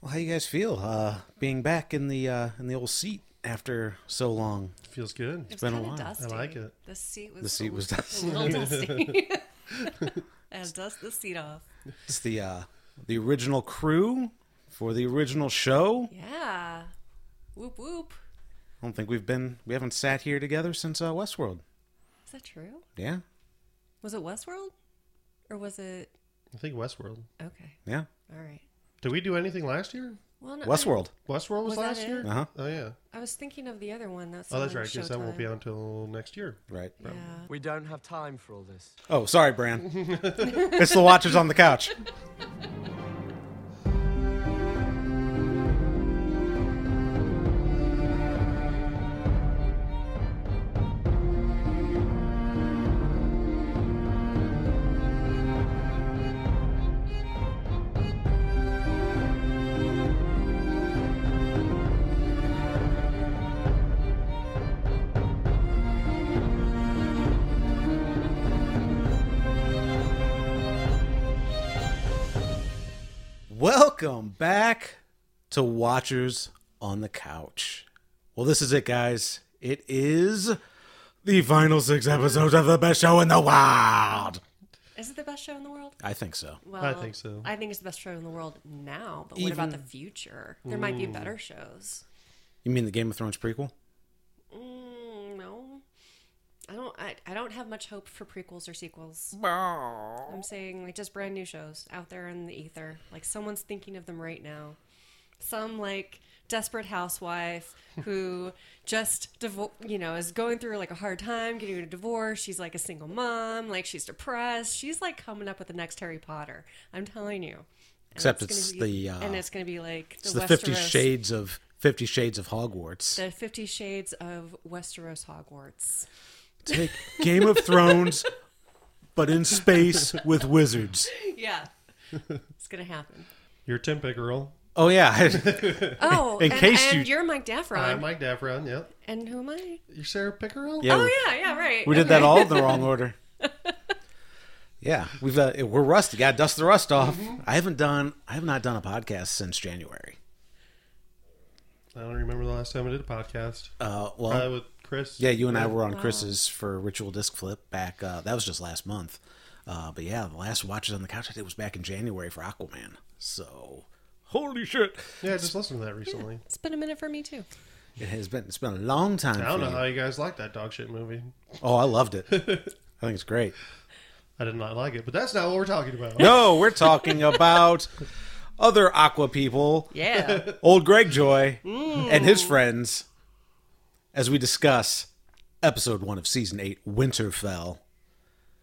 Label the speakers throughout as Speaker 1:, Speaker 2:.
Speaker 1: Well, how you guys feel uh, being back in the uh, in the old seat after so long?
Speaker 2: Feels good.
Speaker 1: been a
Speaker 3: kinda
Speaker 1: while. I
Speaker 3: Dusty.
Speaker 2: like it.
Speaker 3: The seat was
Speaker 1: The seat was
Speaker 3: a little dusty. I had to dust the seat off.
Speaker 1: It's the uh, the original crew for the original show.
Speaker 3: Yeah. Whoop whoop.
Speaker 1: I don't think we've been we haven't sat here together since uh, Westworld.
Speaker 3: Is that true?
Speaker 1: Yeah,
Speaker 3: Was it Westworld, or was it?
Speaker 2: I think Westworld.
Speaker 3: Okay.
Speaker 1: yeah,
Speaker 3: All right.
Speaker 2: Did we do anything last year?
Speaker 3: Well, no, I-
Speaker 1: Westworld.
Speaker 2: Westworld was,
Speaker 3: Was that
Speaker 2: last
Speaker 3: it?
Speaker 2: year.
Speaker 1: Uh huh.
Speaker 2: Oh yeah.
Speaker 3: I, was thinking of the other one. That's
Speaker 2: Oh, that's
Speaker 3: on
Speaker 2: right. Because that won't be
Speaker 3: Showtime.
Speaker 2: on until next year.
Speaker 1: Right.
Speaker 3: Yeah.
Speaker 4: We don't have time for all this.
Speaker 1: Oh, sorry, Bran. it's the Watchers on the couch. Welcome back to Watchers on the Couch. Well, this is it, guys. It is the final six episodes of the best show in the world.
Speaker 3: Is it the best show in the world?
Speaker 1: I think so.
Speaker 3: Well,
Speaker 2: think so.
Speaker 3: I think it's the best show in the world now. But what about the
Speaker 1: Even-
Speaker 3: future? There might be better shows.
Speaker 1: You mean the Game of Thrones prequel?
Speaker 3: Mm, no. I don't. I, I don't have much hope for prequels or sequels. I'm saying like just brand new shows out there in the ether. Like someone's thinking of them right now. Some like desperate housewife who just divo- you know is going through like a hard time getting a divorce. She's like a single mom. Like she's depressed. She's like coming up with the next Harry Potter. I'm telling you. And
Speaker 1: Except
Speaker 3: gonna
Speaker 1: it's
Speaker 3: be-
Speaker 1: the, uh,
Speaker 3: and it's going to be like
Speaker 1: It's
Speaker 3: the,
Speaker 1: the
Speaker 3: Westeros,
Speaker 1: Fifty Shades of Fifty Shades of Hogwarts.
Speaker 3: the Fifty Shades of Westeros Hogwarts.
Speaker 1: Take Game of Thrones, but in space with wizards.
Speaker 3: Yeah. It's gonna happen.
Speaker 2: Your Tempe girl.
Speaker 1: Oh yeah,
Speaker 3: Oh,
Speaker 1: In
Speaker 3: and,
Speaker 1: case
Speaker 3: and
Speaker 1: you-
Speaker 3: you're Mike Daffron,
Speaker 2: I'm Mike Davron. Yep.
Speaker 3: and who am I?
Speaker 2: You're Sarah Pickerel.
Speaker 1: yeah.
Speaker 3: Oh yeah, yeah, right.
Speaker 1: We did that all in the wrong order. Yeah, we've uh, we're rusty. Got to dust the rust off. I haven't done I have not done a podcast since January.
Speaker 2: I don't remember the last time I did a podcast.
Speaker 1: Uh, well,
Speaker 2: I with Chris.
Speaker 1: yeah, you and I were on Chris's for Ritual Disc Flip back. Uh, that was just last month. Uh, but yeah, the last watches on the couch I did was back in January for Aquaman. So holy shit,
Speaker 2: Yeah, I just listened to that recently.
Speaker 3: It's been a minute for me too.
Speaker 1: it has been it's been a long time.
Speaker 2: I don't
Speaker 1: for
Speaker 2: know
Speaker 1: you.
Speaker 2: how you guys like that dog shit movie.
Speaker 1: Oh, I loved it. I think it's great.
Speaker 2: I did not like it, but that's not what we're talking about.
Speaker 1: No, we're talking about other Aqua people.
Speaker 3: Yeah.
Speaker 1: old Greg Joy and his friends as we discuss episode one of season eight, Winterfell.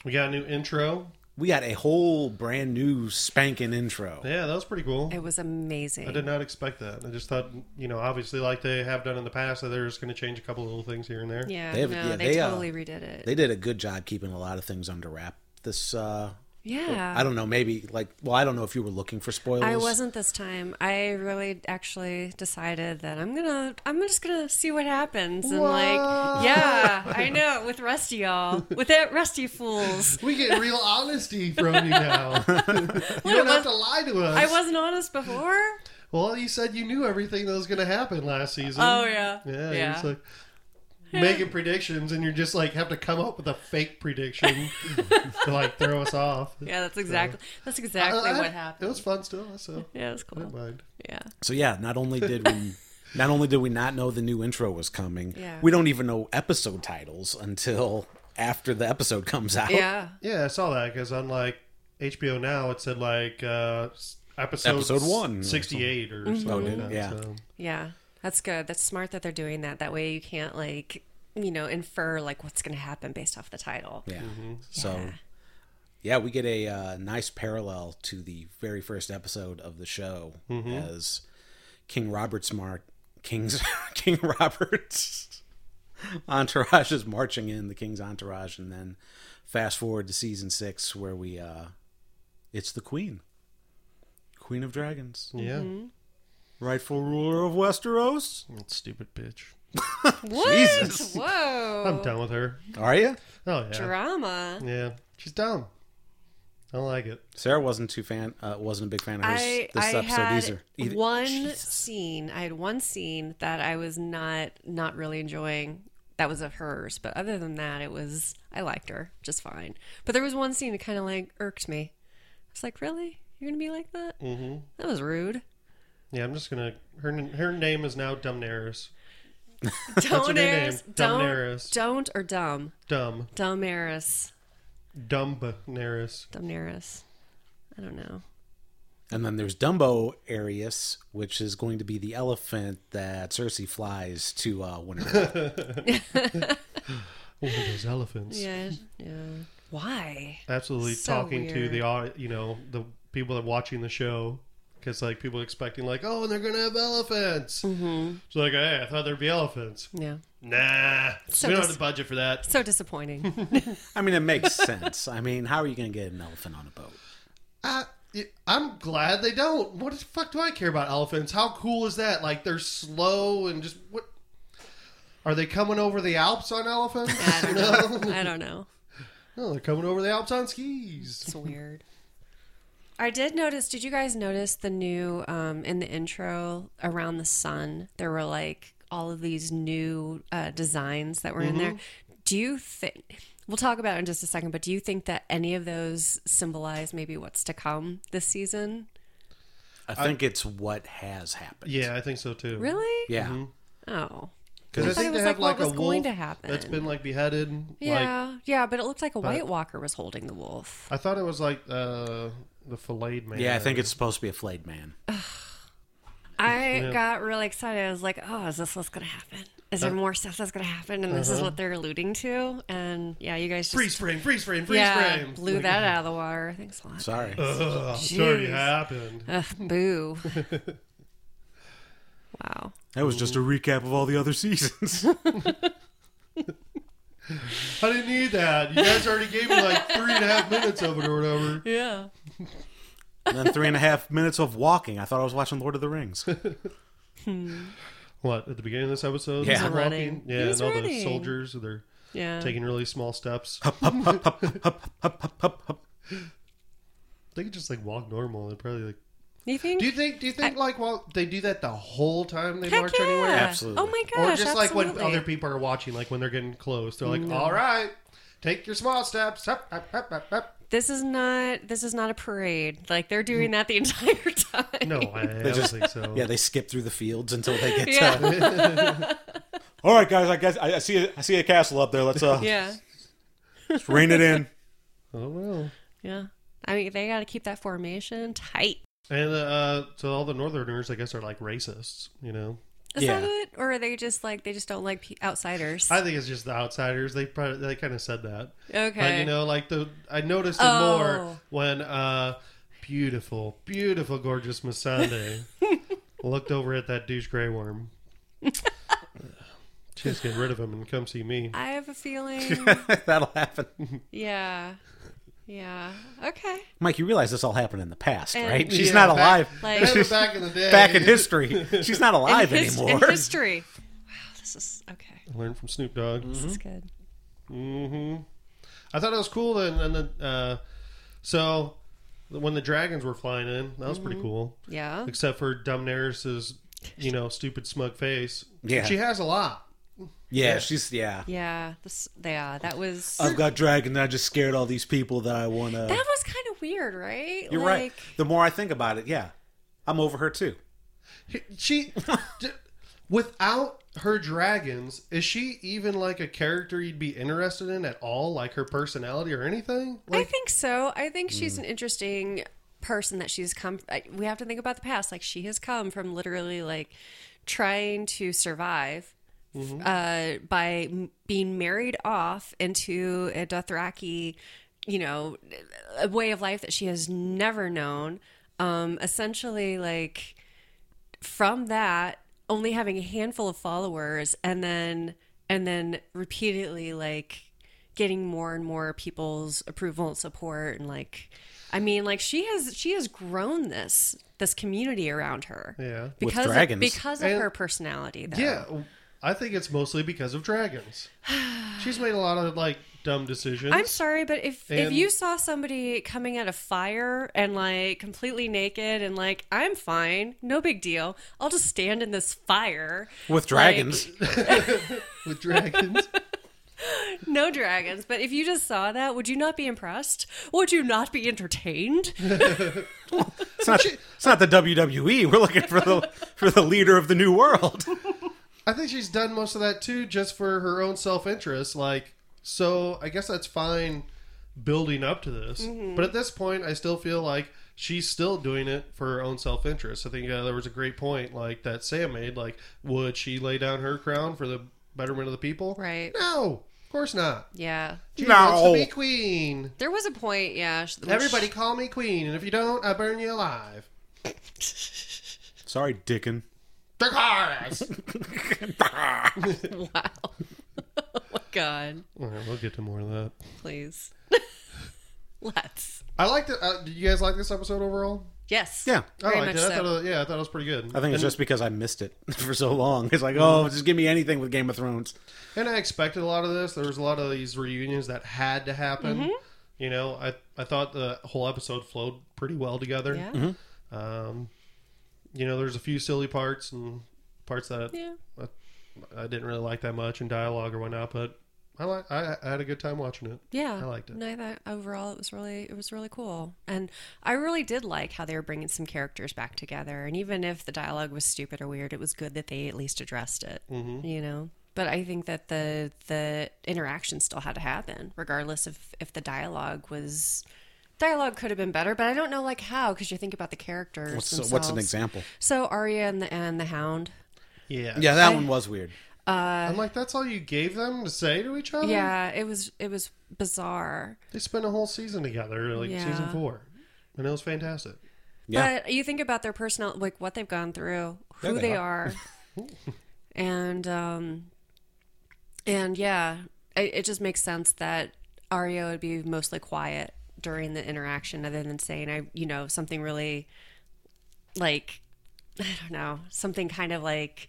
Speaker 2: We got a new intro.
Speaker 1: We got a whole brand new spanking intro.
Speaker 2: Yeah, that was pretty cool.
Speaker 3: it was amazing.
Speaker 2: I did not expect that. I just thought, you know, obviously, like they have done in the past, that they're just going to change a couple of little things here and there.
Speaker 3: Yeah,
Speaker 1: They have-
Speaker 3: no,
Speaker 1: yeah,
Speaker 3: they,
Speaker 1: they, uh,
Speaker 3: totally redid it.
Speaker 1: They did a good job keeping a lot of things under wrap. This, uh,
Speaker 3: yeah.
Speaker 1: I don't know, maybe like, well, I don't know if you were looking for spoilers.
Speaker 3: I wasn't this time. I really actually decided that I'm gonna I'm just gonna see what happens and like yeah, I know with Rusty y'all. With that Rusty fools.
Speaker 2: We get real honesty from you now. you don't have to lie to us.
Speaker 3: I wasn't honest before.
Speaker 2: Well, you said you knew everything that was going to happen last season.
Speaker 3: Oh yeah.
Speaker 2: Yeah, you're just like making predictions, and you're just like have to come up with a fake prediction to like throw us off.
Speaker 3: Yeah,
Speaker 1: uh,
Speaker 3: that's exactly that's exactly
Speaker 2: I- I-
Speaker 3: what happened.
Speaker 2: It was fun still, so
Speaker 3: yeah, it was
Speaker 2: I don't
Speaker 3: cool.
Speaker 2: mind.
Speaker 3: Yeah.
Speaker 1: So yeah, not only did we, not only did we not know the new intro was coming,
Speaker 3: Yeah.
Speaker 1: we don't even know episode titles until after the episode comes out.
Speaker 3: Yeah.
Speaker 2: Yeah, I saw that because on like HBO now, it said like uh, s- episode
Speaker 1: Episode one or
Speaker 2: sixty-eight
Speaker 3: Mm-hmm.
Speaker 2: or something.
Speaker 1: did
Speaker 2: like
Speaker 1: it?
Speaker 2: that,
Speaker 1: Yeah.
Speaker 2: so.
Speaker 3: Yeah, that's good. That's smart that they're doing that. That way you can't like you know infer like what's going to happen based off the title.
Speaker 1: Yeah. So
Speaker 3: Yeah.
Speaker 1: yeah, we get a uh, nice parallel to the very first episode of the show as King Robert's mark King's King Robert's entourage is marching in the King's entourage and then fast forward to season 6 where we uh it's the queen. Queen of Dragons,
Speaker 2: Yeah,
Speaker 3: Mm-hmm.
Speaker 1: rightful ruler of Westeros.
Speaker 2: That stupid bitch.
Speaker 3: What?
Speaker 1: Jesus.
Speaker 3: Whoa!
Speaker 2: I'm done with her.
Speaker 1: Are you?
Speaker 2: Oh yeah,
Speaker 3: Drama.
Speaker 2: yeah, she's dumb. I don't like it.
Speaker 1: Sarah wasn't too fan. Uh, wasn't a big fan of hers
Speaker 3: I,
Speaker 1: this
Speaker 3: I
Speaker 1: episode
Speaker 3: had
Speaker 1: either. either.
Speaker 3: one
Speaker 1: Jesus.
Speaker 3: scene. I had one scene that I was not not really enjoying. That was of hers, but other than that, it was I liked her just fine. But there was one scene that kind of like irked me. I was like, really? You're gonna be like that? Mm-hmm. That was rude.
Speaker 2: Yeah, I'm just gonna. Her her name is now Dumnaris. her
Speaker 3: Don't
Speaker 2: new
Speaker 3: Eris.
Speaker 2: name,
Speaker 3: Don't,
Speaker 2: Dumnaris.
Speaker 3: don't or dumb.
Speaker 2: Dumb.
Speaker 3: Dumb Eris.
Speaker 2: Dumbnaris.
Speaker 3: Dumnaris. I don't know.
Speaker 1: And then there's Dumbo Arius, which is going to be the elephant that Cersei flies to uh, Winterfell.
Speaker 2: One of those elephants.
Speaker 3: Yeah. Yeah. Why?
Speaker 2: Absolutely
Speaker 3: So
Speaker 2: talking to
Speaker 3: weird.
Speaker 2: the au- you know the people that are watching the show because like people are expecting like oh they're gonna have elephants. Mm-hmm. So like hey I thought there'd be elephants.
Speaker 3: Yeah.
Speaker 2: Nah,
Speaker 3: So
Speaker 2: we don't
Speaker 3: dis-
Speaker 2: have the budget for that.
Speaker 3: So disappointing.
Speaker 1: I mean, it makes sense. I mean, how are you going to get an elephant on a boat?
Speaker 2: I, I'm glad they don't. What the fuck do I care about elephants? How cool is that? Like they're slow and just what? Are they coming over the Alps on elephants?
Speaker 3: I don't know. I don't know.
Speaker 2: no, they're coming over the Alps on skis.
Speaker 3: It's weird. I did notice. Did you guys notice the new um, in the intro around the sun? There were like all of these new uh, designs that were in there. Do you think? We'll talk about it in just a second, but do you think that any of those symbolize maybe what's to come this season?
Speaker 1: I think it's what has happened.
Speaker 2: Yeah, I think so too.
Speaker 3: Really?
Speaker 1: Yeah.
Speaker 3: Oh.
Speaker 2: Because I, think
Speaker 3: thought it
Speaker 2: they
Speaker 3: was
Speaker 2: have
Speaker 3: like
Speaker 2: like
Speaker 3: what
Speaker 2: a
Speaker 3: was going
Speaker 2: wolf
Speaker 3: to happen.
Speaker 2: that's been like beheaded. Like,
Speaker 3: Yeah. yeah, but it looked like a White Walker was holding the wolf.
Speaker 2: I thought it was like uh, the filleted man.
Speaker 1: Yeah, I think it's supposed to be a flayed man.
Speaker 3: I got really excited. I was like, oh, is this what's going to happen? Is
Speaker 2: Uh,
Speaker 3: there more stuff that's going to happen? And this is what they're alluding to? And yeah, you guys just
Speaker 2: uh-huh. freeze frame, freeze frame, freeze
Speaker 3: yeah,
Speaker 2: frame.
Speaker 3: blew that out of the water. Thanks a lot.
Speaker 1: Sorry.
Speaker 2: Ugh, it's already
Speaker 3: Jeez.
Speaker 2: happened.
Speaker 3: Ugh, boo. wow.
Speaker 1: That was just a recap of all the other seasons.
Speaker 2: I didn't need that. You guys already gave me like three and a half minutes of it or whatever.
Speaker 3: Yeah.
Speaker 1: and then three and a half minutes of walking. I thought I was watching Lord of the Rings.
Speaker 2: What at the beginning of this episode?
Speaker 1: Yeah. He's
Speaker 2: Walking?
Speaker 3: running.
Speaker 2: Yeah,
Speaker 3: He's
Speaker 2: and all the
Speaker 3: running. Uh.
Speaker 2: soldiers they're
Speaker 3: Yeah.
Speaker 2: taking really small steps. They could just like walk normal and probably like.
Speaker 3: you think?
Speaker 2: Do you think? Do you think like while they do that the whole time they
Speaker 3: Heck
Speaker 2: march
Speaker 3: yeah.
Speaker 2: anywhere?
Speaker 1: Absolutely.
Speaker 3: Oh my
Speaker 2: Or
Speaker 3: gosh.
Speaker 2: just like
Speaker 3: absolutely.
Speaker 2: when other people are watching, like when they're getting close, they're like, "All right, take your small steps." Hup, hup, hup, hup, hup."
Speaker 3: This is not this is not a parade. Like they're doing that the entire time.
Speaker 2: Mm. No, I, I don't think so.
Speaker 1: yeah, they skip through the fields until they get
Speaker 3: Yeah.
Speaker 1: to. All right, guys. I guess I, I see. I see a castle up there. Let's uh,
Speaker 3: Yeah.
Speaker 1: let's rein it in.
Speaker 2: Oh well.
Speaker 3: Yeah. I mean, they got to keep that formation tight.
Speaker 2: And uh, so all the Northerners, I guess, are like racists. You know,
Speaker 3: Is that
Speaker 1: Yeah.
Speaker 3: it? Or are they just like, they just don't like pe- outsiders?
Speaker 2: I think it's just the outsiders. They probably they kind of said that.
Speaker 3: okay.
Speaker 2: But you know, like the I noticed it
Speaker 3: Oh.
Speaker 2: more when uh beautiful, beautiful, gorgeous Masande looked over at that douche gray worm. Just get rid of him and come see me.
Speaker 3: I have a feeling.
Speaker 1: That'll happen.
Speaker 3: yeah. Yeah. Okay.
Speaker 1: Mike, you realize this all happened in the past,
Speaker 3: And-
Speaker 1: right? She's
Speaker 2: Yeah,
Speaker 1: not
Speaker 2: back-
Speaker 1: alive.
Speaker 3: Like-
Speaker 2: that was back in the day.
Speaker 1: back in history. She's not alive
Speaker 3: in his-
Speaker 1: anymore.
Speaker 3: In history. Wow, this is okay.
Speaker 2: Learned from Snoop Dogg.
Speaker 1: Mm-hmm.
Speaker 3: This is good.
Speaker 2: hmm I thought it was cool, and and then uh, so when the dragons were flying in, that was pretty
Speaker 3: Mm-hmm.
Speaker 2: cool.
Speaker 3: Yeah.
Speaker 2: Except for Dumnaris's, you know, stupid smug face.
Speaker 1: Yeah.
Speaker 2: she has a lot.
Speaker 1: yeah, she's yeah.
Speaker 3: Yeah. This. Yeah. That was.
Speaker 1: I've got dragon. I just scared all these people that I want to.
Speaker 3: that was kind of weird, right?
Speaker 1: You're
Speaker 3: like,
Speaker 1: right. The more I think about it, yeah, I'm over her too.
Speaker 2: She, d- without her dragons, is she even like a character you'd be interested in at all? Like her personality or anything?
Speaker 3: I
Speaker 2: Like,
Speaker 3: think so. I think she's an interesting person that she's come. I- We have to think about the past. Like she has come from literally like trying to survive uh, by m- being married off into a Dothraki, you know, a way of life that she has never known. Um, essentially, like from that, only having a handful of followers, and then and then repeatedly like getting more and more people's approval and support, and like, I mean, like she has she has grown this this community around her.
Speaker 2: yeah,
Speaker 1: With
Speaker 3: Because
Speaker 1: dragons.
Speaker 3: of, because of
Speaker 2: And-
Speaker 3: her personality, though.
Speaker 2: yeah. I think it's mostly because of dragons. She's made a lot of like dumb decisions.
Speaker 3: I'm sorry, but if if
Speaker 2: And-
Speaker 3: you saw somebody coming out of fire and like completely naked and like I'm fine, no big deal. I'll just stand in this fire.
Speaker 1: with dragons.
Speaker 2: with dragons.
Speaker 3: No dragons, but if you just saw that, would you not be impressed? Would you not be entertained?
Speaker 1: it's, not, it's not the WWE. We're looking for the for the leader of the new world.
Speaker 2: I think she's done most of that too, just for her own self interest. Like, so I guess that's fine building up to this. But at this point, I still feel like she's still doing it for her own self interest. I think uh, there was a great point, like that Sam made. Like, would she lay down her crown for the betterment of the people?
Speaker 3: Right.
Speaker 2: No, of course not.
Speaker 3: Yeah.
Speaker 2: She
Speaker 1: No.
Speaker 2: wants to be queen.
Speaker 3: There was a point, yeah. sh- when
Speaker 2: Everybody call me queen, and if you don't, I burn you alive.
Speaker 1: Sorry, Dickon.
Speaker 2: Dracarys.
Speaker 3: she- Wow. oh my god.
Speaker 2: All right, we'll get to more of that.
Speaker 3: Please. Let's.
Speaker 2: I liked it. Uh, did you guys like this episode overall?
Speaker 3: Yes.
Speaker 1: Yeah.
Speaker 2: Oh,
Speaker 3: Very
Speaker 2: I
Speaker 3: much
Speaker 2: did. I
Speaker 3: so.
Speaker 2: thought it, yeah, I thought it was pretty good.
Speaker 1: I think
Speaker 2: and,
Speaker 1: it's just because I missed it for so long. It's like, oh, just give me anything with Game of Thrones.
Speaker 2: and I expected a lot of this. There was a lot of these reunions that had to happen.
Speaker 3: Mm-hmm.
Speaker 2: You know, I I thought the whole episode flowed pretty well together.
Speaker 3: Yeah.
Speaker 2: Um, you know, there's a few silly parts and parts that
Speaker 3: Yeah.
Speaker 2: I, I didn't really like that much in dialogue or whatnot, but I like I, I had a good time watching it.
Speaker 3: Yeah,
Speaker 2: I liked it.
Speaker 3: No, I thought overall it was really it was really cool, and I really did like how they were bringing some characters back together. And even if the dialogue was stupid or weird, it was good that they at least addressed it.
Speaker 2: Mm-hmm.
Speaker 3: You know, but I think that the the interaction still had to happen, regardless of if the dialogue was dialogue could have been better. But I don't know like how because you think about the characters.
Speaker 1: What's, what's an
Speaker 3: themselves.
Speaker 1: example?
Speaker 3: So Arya and the and the Hound.
Speaker 2: Yeah,
Speaker 1: Yeah, that one was weird.
Speaker 2: I'm like, that's all you gave them to say to each other.
Speaker 3: Yeah, it was it was bizarre.
Speaker 2: they spent a whole season together, like
Speaker 3: Yeah.
Speaker 2: season four, and it was fantastic.
Speaker 1: Yeah.
Speaker 3: But you think about their personal, like what they've gone through, who
Speaker 1: Yeah, they
Speaker 3: they, are, and um, and yeah, it, it just makes sense that Ario would be mostly quiet during the interaction, other than saying I, you know, something really like I don't know, something kind of like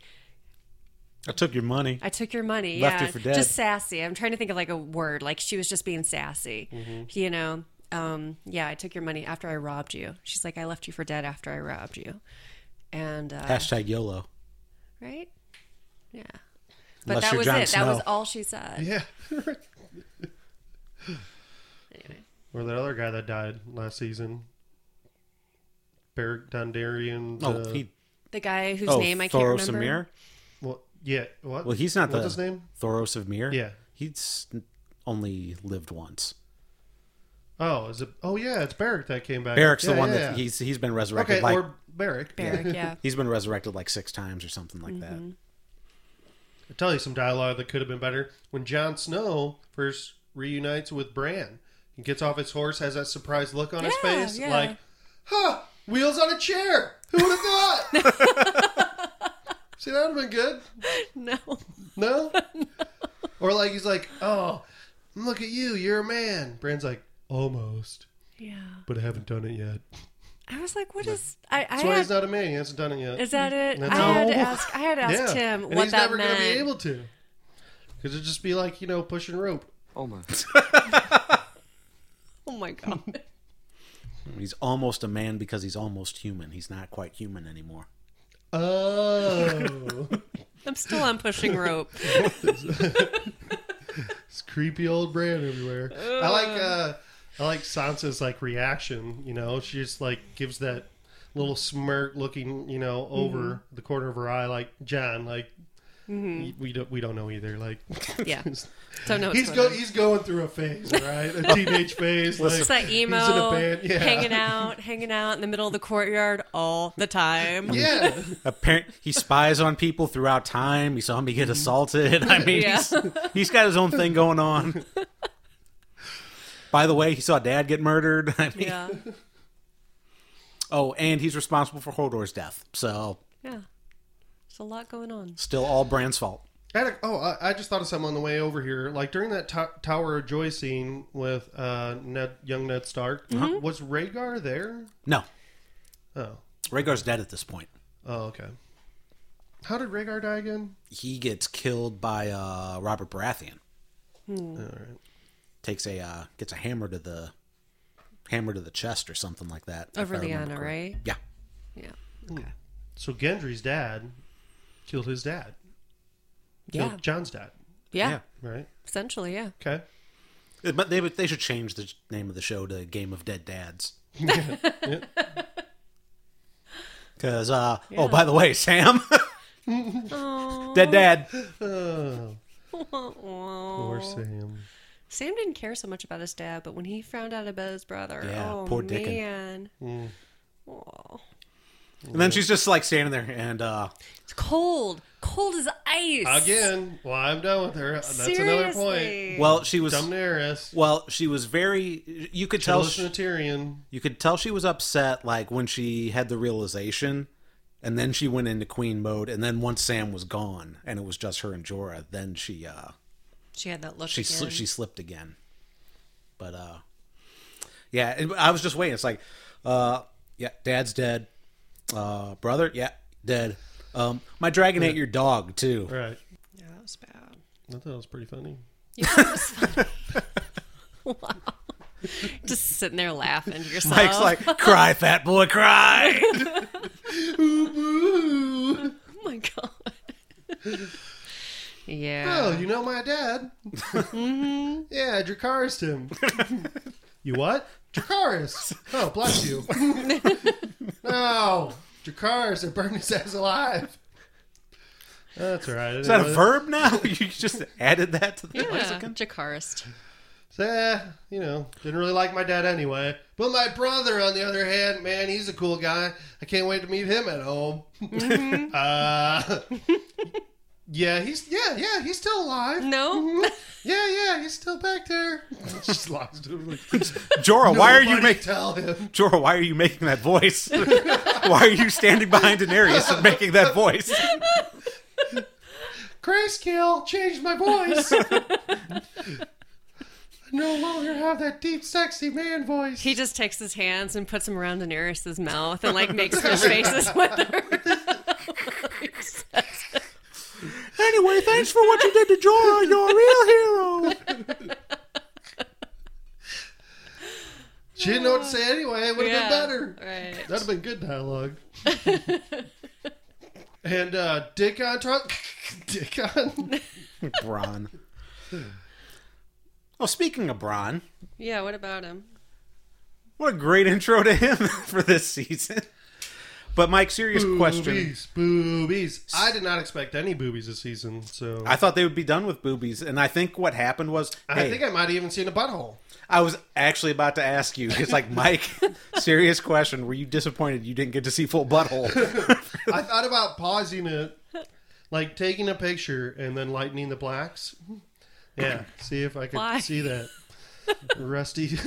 Speaker 1: I took your money.
Speaker 3: I took your money,
Speaker 1: Left
Speaker 3: yeah,
Speaker 1: you for dead.
Speaker 3: just sassy. I'm trying to think of like a word, like she was just being sassy,
Speaker 1: Mm-hmm.
Speaker 3: you know. Um, yeah, I took your money after I robbed you. She's like, I left you for dead after I robbed you, and uh,
Speaker 1: Hashtag YOLO.
Speaker 3: right? Yeah.
Speaker 1: Unless
Speaker 3: But that
Speaker 1: you're
Speaker 3: was
Speaker 1: Jon
Speaker 3: it. That was
Speaker 1: Snow.
Speaker 3: all she said.
Speaker 2: Yeah. Or that other guy that died last season. Beric Dondarrion.
Speaker 1: Oh,
Speaker 2: uh,
Speaker 1: he,
Speaker 3: The guy whose
Speaker 1: oh
Speaker 3: name I
Speaker 1: Thoros
Speaker 3: can't
Speaker 1: of
Speaker 3: remember.
Speaker 1: Mir?
Speaker 2: well, yeah. What?
Speaker 1: Well, he's not
Speaker 2: What's
Speaker 1: the
Speaker 2: his name?
Speaker 1: Thoros of Mir.
Speaker 2: Yeah.
Speaker 1: He's only lived once.
Speaker 2: Oh, is it? Oh, yeah. It's Beric that came back.
Speaker 1: Beric's
Speaker 2: Yeah,
Speaker 1: the one
Speaker 2: yeah,
Speaker 1: that
Speaker 2: yeah.
Speaker 1: he's he's been resurrected
Speaker 2: Okay,
Speaker 1: like
Speaker 2: or Beric.
Speaker 3: Beric, yeah.
Speaker 1: he's been resurrected like six times or something like that.
Speaker 3: Mm-hmm.
Speaker 2: I tell you some dialogue that could have been better when Jon Snow first reunites with Bran. He gets off his horse, has that surprised look on his
Speaker 3: Yeah,
Speaker 2: face,
Speaker 3: yeah.
Speaker 2: like, "Huh, wheels on a chair. Who would have thought?" See, that would have been good.
Speaker 3: No.
Speaker 2: No? Or like he's like, oh, look at you, you're a man. Brand's like, almost,
Speaker 3: Yeah.
Speaker 2: but I haven't done it yet.
Speaker 3: I was like, what is I, I
Speaker 2: That's why
Speaker 3: had,
Speaker 2: he's not a man. He hasn't done it yet.
Speaker 3: is that it?
Speaker 2: That's
Speaker 3: I had to
Speaker 2: all.
Speaker 3: ask I had to ask him
Speaker 2: and
Speaker 3: what
Speaker 2: he's
Speaker 3: that
Speaker 2: never
Speaker 3: meant.
Speaker 2: gonna be able to, because it'd just be like you know pushing rope.
Speaker 4: Almost.
Speaker 3: oh my god.
Speaker 1: He's almost a man because he's almost human. He's not quite human anymore.
Speaker 2: Oh,
Speaker 3: I'm still on pushing rope.
Speaker 2: it's creepy old Brand everywhere. I like uh, I like Sansa's like reaction. You know, she just like gives that little smirk, looking you know over the corner of her eye, like John, like. "We- We don't. We don't know either. Like,
Speaker 3: Yeah. Don't know what's
Speaker 2: He's
Speaker 3: going
Speaker 2: go
Speaker 3: on.
Speaker 2: he's going through a phase, all right? A teenage phase. like,
Speaker 3: It's that emo
Speaker 2: He's in a band. Yeah.
Speaker 3: hanging out, hanging out in the middle of the courtyard all the time.
Speaker 2: yeah.
Speaker 1: Apparent, he spies on people throughout time. He saw me get assaulted. I mean,
Speaker 3: Yeah.
Speaker 1: he's, he's got his own thing going on. By the way, he saw Dad get murdered. I mean,
Speaker 3: Yeah.
Speaker 1: Oh, and he's responsible for Hodor's death. So,
Speaker 3: Yeah. There's a lot going on.
Speaker 1: still all Bran's fault.
Speaker 2: I had a- oh, I, I just thought of something on the way over here. Like during that to- Tower of Joy scene with uh, Ned, young Ned Stark, was Rhaegar there?
Speaker 1: No,
Speaker 2: Oh,
Speaker 1: Rhaegar's dead at this point.
Speaker 2: oh, okay. How did Rhaegar die again? Mm.
Speaker 1: He gets killed by uh, Robert Baratheon.
Speaker 2: All right.
Speaker 1: takes a uh, gets a hammer to the hammer to the chest or something like that. if I
Speaker 3: Over the
Speaker 1: remember
Speaker 3: Anna,
Speaker 1: correct.
Speaker 3: right?
Speaker 1: Yeah.
Speaker 3: Yeah. Okay.
Speaker 2: So Gendry's dad killed his dad.
Speaker 3: Yeah.
Speaker 2: Killed John's dad.
Speaker 3: yeah.
Speaker 2: Right.
Speaker 3: Essentially, yeah.
Speaker 2: Okay.
Speaker 1: Yeah. But they would they should change the name of the show to Game of Dead Dads. Because uh, oh, by the way, Sam, dead dad.
Speaker 2: Oh,
Speaker 3: Poor
Speaker 2: poor Sam.
Speaker 3: Sam didn't care so much about his dad, but when he found out about his brother,
Speaker 1: Yeah,
Speaker 3: oh
Speaker 1: poor Dickon.
Speaker 3: man, Aw.
Speaker 1: And then she's just like standing there, and uh,
Speaker 3: it's cold, cold as ice.
Speaker 2: Again, well, I'm done with her. That's another point.
Speaker 3: Seriously.
Speaker 1: well, she was
Speaker 2: Dumnaris.
Speaker 1: well, she was very. You could
Speaker 2: Tell
Speaker 1: tell
Speaker 2: us
Speaker 1: she,
Speaker 2: Tyrion.
Speaker 1: you could tell she was upset, like when she had the realization, and then she went into queen mode, and then once Sam was gone, and it was just her and Jorah, then she uh
Speaker 3: she had that look.
Speaker 1: she
Speaker 3: again.
Speaker 1: sli- she slipped again. But uh, yeah, and I was just waiting. It's like, uh, yeah, dad's dead. Uh, brother, yeah, dead. Um, my dragon ate your dog too.
Speaker 2: All right.
Speaker 3: yeah, that was bad.
Speaker 2: I thought that was pretty funny.
Speaker 3: Just sitting there laughing to yourself.
Speaker 1: Mike's like, cry, fat boy, cry.
Speaker 3: oh my god. yeah.
Speaker 2: Oh, you know my dad? yeah, I Dracaris him. you what? Dracaris. Oh, bless you. no, Dracaris, I burned his ass alive. That's all right.
Speaker 1: Is that a verb now? you just added that to the
Speaker 3: yeah.
Speaker 1: lexicon.
Speaker 3: Jacarist.
Speaker 2: Eh, you know, didn't really like my dad anyway. But my brother, on the other hand, man, he's a cool guy. I can't wait to meet him at home.
Speaker 3: Mm-hmm.
Speaker 2: uh, yeah, he's yeah, yeah, he's still alive. Mm-hmm.
Speaker 3: No.
Speaker 2: Yeah, yeah, he's still back there. Just lies to him.
Speaker 1: Jorah, why are you making
Speaker 2: tell him?
Speaker 1: Jorah? Why are you making that voice? why are you standing behind Daenerys and making that voice?
Speaker 2: Grayscale changed my voice. I no longer have that deep, sexy man voice.
Speaker 3: He just takes his hands and puts them around Daenerys' mouth and like makes fish faces with her.
Speaker 1: Anyway, thanks for what you did to Jorah. You're a real hero.
Speaker 2: she didn't know what to say anyway. It would have been better.
Speaker 3: Right.
Speaker 2: That'd have been good dialogue. and uh, Dick on Trump. Dick on.
Speaker 1: Bron. Oh, speaking of Bron,
Speaker 3: Yeah, what about him?
Speaker 1: what a great intro to him for this season. But Mike, serious question.
Speaker 2: Boobies, boobies. I did not expect any boobies this season, so
Speaker 1: I thought they would be done with boobies, and I think what happened was
Speaker 2: I
Speaker 1: hey,
Speaker 2: think I might have even seen a butthole.
Speaker 1: I was actually about to ask you. It's like Mike, serious question. Were you disappointed you didn't get to see full butthole?
Speaker 2: I thought about pausing it, like taking a picture and then lightening the blacks. Yeah, see if I could
Speaker 3: Why?
Speaker 2: see that rusty,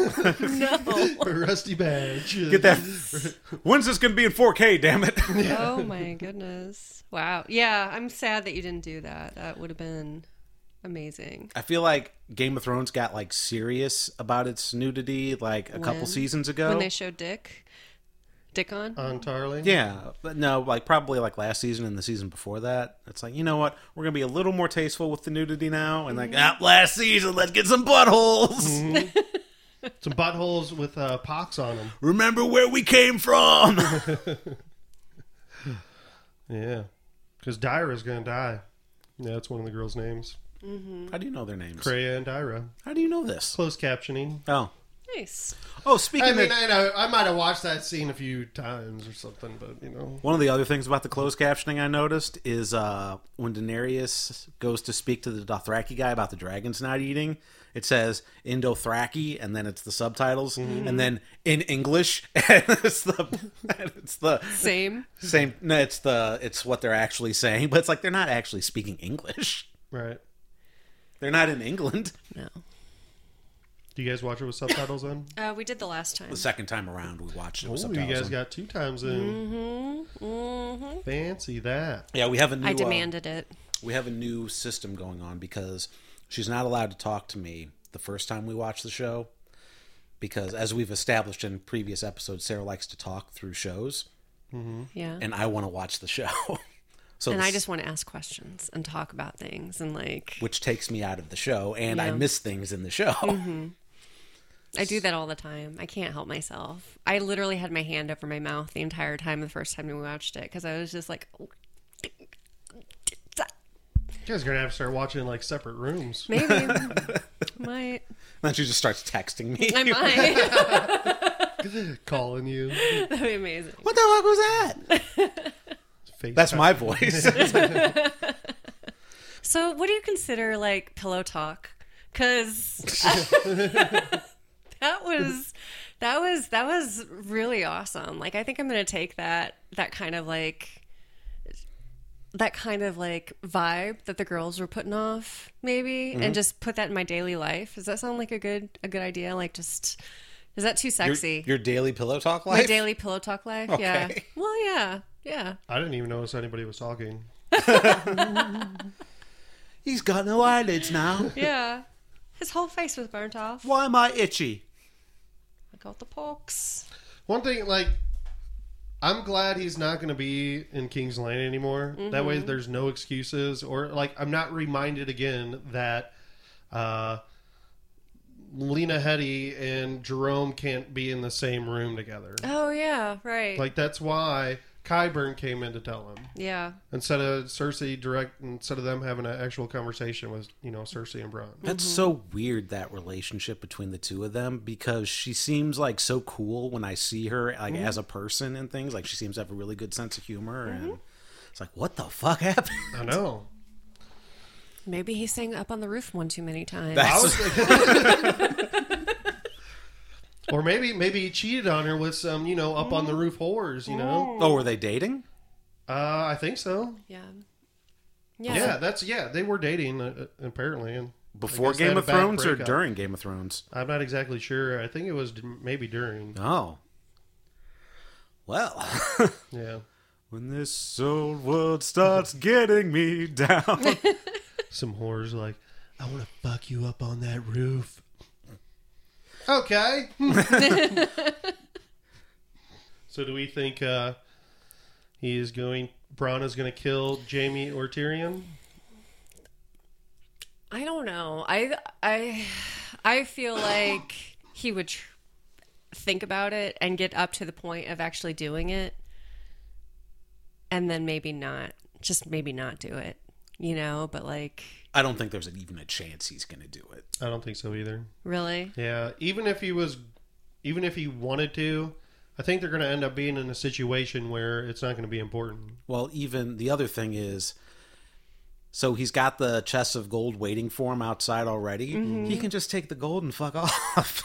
Speaker 3: No.
Speaker 2: rusty badge.
Speaker 1: Get that? When's this gonna be in 4K? Damn it!
Speaker 3: Oh my goodness. Wow. Yeah, I'm sad that you didn't do that. That would have been amazing.
Speaker 1: I feel like Game of Thrones got like serious about its nudity like a couple
Speaker 3: When?
Speaker 1: seasons ago.
Speaker 3: When they showed Dick. Dick on?
Speaker 2: on Tarling.
Speaker 1: Yeah, but no, like probably like last season and the season before that. It's like you know what, we're gonna be a little more tasteful with the nudity now, and like
Speaker 2: Mm-hmm.
Speaker 1: ah, last season, let's get some buttholes.
Speaker 2: some buttholes with uh, pox on them.
Speaker 1: Remember where we came from.
Speaker 2: Yeah, because Dyra's gonna die. Yeah, that's one of the girls' names.
Speaker 1: How do you know their names?
Speaker 2: Freya and Dyra.
Speaker 1: How do you know this?
Speaker 2: Close captioning.
Speaker 1: Oh,
Speaker 3: Nice.
Speaker 1: oh, speaking
Speaker 2: I mean,
Speaker 1: of.
Speaker 2: I know I might have watched that scene a few times or something, but you know,
Speaker 1: One of the other things about the closed captioning I noticed is uh, when Daenerys goes to speak to the Dothraki guy about the dragons not eating, it says Indothraki, and then it's the subtitles,
Speaker 2: Mm-hmm.
Speaker 1: and then in English, and it's the and it's the
Speaker 3: Same.
Speaker 1: same. No, it's the it's what they're actually saying, but it's like they're not actually speaking English.
Speaker 2: right?
Speaker 1: They're not in England.
Speaker 3: No.
Speaker 2: Do you guys watch it with subtitles on?
Speaker 3: Uh, we did the last time.
Speaker 1: The second time around, we watched it. With
Speaker 2: Oh, you
Speaker 1: subtitles
Speaker 2: guys
Speaker 1: on.
Speaker 2: got two times in. Fancy that.
Speaker 1: yeah, we have a new.
Speaker 3: Mm-hmm. I
Speaker 1: uh,
Speaker 3: demanded it.
Speaker 1: we have a new system going on because she's not allowed to talk to me the first time we watch the show because as we've established in previous episodes sarah likes to talk through shows
Speaker 3: Yeah.
Speaker 1: and i want to watch the show So
Speaker 3: and
Speaker 1: this-
Speaker 3: I just want to ask questions and talk about things and like
Speaker 1: which takes me out of the show, and I
Speaker 3: Yeah. Mm-hmm.
Speaker 1: miss things in the show.
Speaker 3: I do that all the time. I can't help myself. I literally had my hand over my mouth the entire time the first time we watched it because I was just like, "Oh,
Speaker 2: You guys are gonna have to start watching in, like separate rooms.
Speaker 3: maybe, might,
Speaker 1: Then she just starts texting me.
Speaker 3: I might.
Speaker 2: Calling you.
Speaker 3: That'd be amazing.
Speaker 1: What the fuck was that?
Speaker 2: FaceTime.
Speaker 1: That's my voice.
Speaker 3: So, what do you consider like pillow talk? Because that was that was that was really awesome. Like, I think I'm gonna take that that kind of like that kind of like vibe that the girls were putting off, maybe,
Speaker 1: Mm-hmm.
Speaker 3: and just put that in my daily life. Does that sound like a good a good idea? Like, just is that too
Speaker 1: your,
Speaker 3: sexy?
Speaker 1: your daily pillow talk
Speaker 3: my
Speaker 1: life.
Speaker 3: daily pillow talk life. Yeah.
Speaker 1: Okay.
Speaker 3: Well, yeah, yeah.
Speaker 2: I didn't even notice anybody was talking.
Speaker 1: He's got no eyelids now.
Speaker 3: Yeah. His whole face was burnt off.
Speaker 1: Why am I itchy?
Speaker 2: Mm-hmm.
Speaker 3: I got the pox.
Speaker 2: One thing, like, I'm glad he's not going to be in King's Lane anymore. That way, there's no excuses, or like, I'm not reminded again that uh, Lena Headey and Jerome can't be in the same room together.
Speaker 3: Oh yeah, right.
Speaker 2: Like, that's why Kyburn came in to tell him
Speaker 3: yeah.
Speaker 2: instead of Cersei direct instead of them having an actual conversation with you know Cersei and Bronn.
Speaker 1: That's so weird that relationship between the two of them because she seems like so cool when I see her like
Speaker 2: Mm-hmm.
Speaker 1: as a person and things like she seems to have a really good sense of humor
Speaker 2: Mm-hmm.
Speaker 1: and it's like what the fuck happened?
Speaker 2: I know.
Speaker 3: Maybe he sang up on the roof one too many times.
Speaker 1: That's-
Speaker 2: Or maybe maybe he cheated on her with some you know up on the roof whores. You know,
Speaker 1: oh, were they dating?
Speaker 2: uh, I think so.
Speaker 3: yeah. Yeah.
Speaker 2: Yeah, that's yeah. They were dating uh, uh, apparently, and
Speaker 1: Before
Speaker 2: guess they had
Speaker 1: Game
Speaker 2: a
Speaker 1: of
Speaker 2: bad
Speaker 1: Thrones or
Speaker 2: breakup.
Speaker 1: during Game of Thrones?
Speaker 2: I'm not exactly sure. I think it was d- maybe during.
Speaker 1: Oh. Well,
Speaker 2: Yeah,
Speaker 1: when this old world starts getting me down.
Speaker 2: some whores like, I want to fuck you up on that roof. Okay. so do we think uh, he is going? Bronn is going to kill Jamie or Tyrion?
Speaker 3: I don't know. I I I feel like he would tr- think about it and get up to the point of actually doing it, and then maybe not. Just maybe not do it. You know. But like,
Speaker 1: I don't think there's even a chance he's going to do it.
Speaker 2: I don't think so either.
Speaker 3: really,
Speaker 2: Yeah, even if he was, even if he wanted to, I think they're going to end up being in a situation where it's not going to be important.
Speaker 1: Well, even the other thing is so he's got the chest of gold waiting for him outside already.
Speaker 2: Mm-hmm.
Speaker 1: He can just take the gold and fuck off.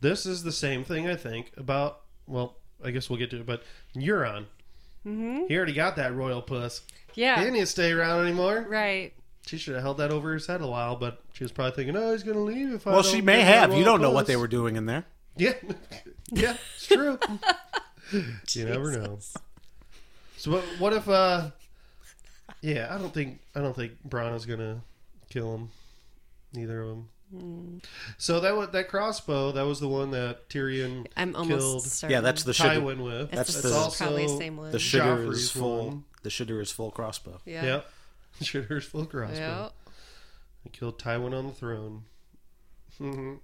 Speaker 2: This is the same thing I think about. Well, I guess we'll get to it, but Euron, mm-hmm. he already got that royal puss. He
Speaker 3: yeah,
Speaker 2: didn't need to stay around anymore.
Speaker 3: right.
Speaker 2: She should have held that over his head a while, but she was probably thinking, "Oh, he's going to leave if I."
Speaker 1: well, she
Speaker 2: don't
Speaker 1: may
Speaker 2: get that
Speaker 1: have. You
Speaker 2: royal
Speaker 1: don't know what
Speaker 2: puss."
Speaker 1: they were doing in there.
Speaker 2: Yeah, yeah, it's true. you never know. So what, what if? uh Yeah, I don't think I don't think Bron is gonna kill him. Neither of them.
Speaker 3: Hmm.
Speaker 2: So that was, that crossbow. That was the one that Tyrion
Speaker 3: I'm almost
Speaker 2: killed
Speaker 3: certain.
Speaker 1: Yeah, that's the sugar.
Speaker 2: Tywin with.
Speaker 1: That's
Speaker 3: It's
Speaker 1: the-
Speaker 2: also
Speaker 3: probably the same one.
Speaker 1: The sugar is
Speaker 2: Joffrey's
Speaker 1: full.
Speaker 2: one.
Speaker 1: The sugar is full crossbow.
Speaker 3: yeah.
Speaker 2: Yep. Shitter's full crossbow.
Speaker 3: Yeah.
Speaker 2: He killed Tywin on the throne. Mhm.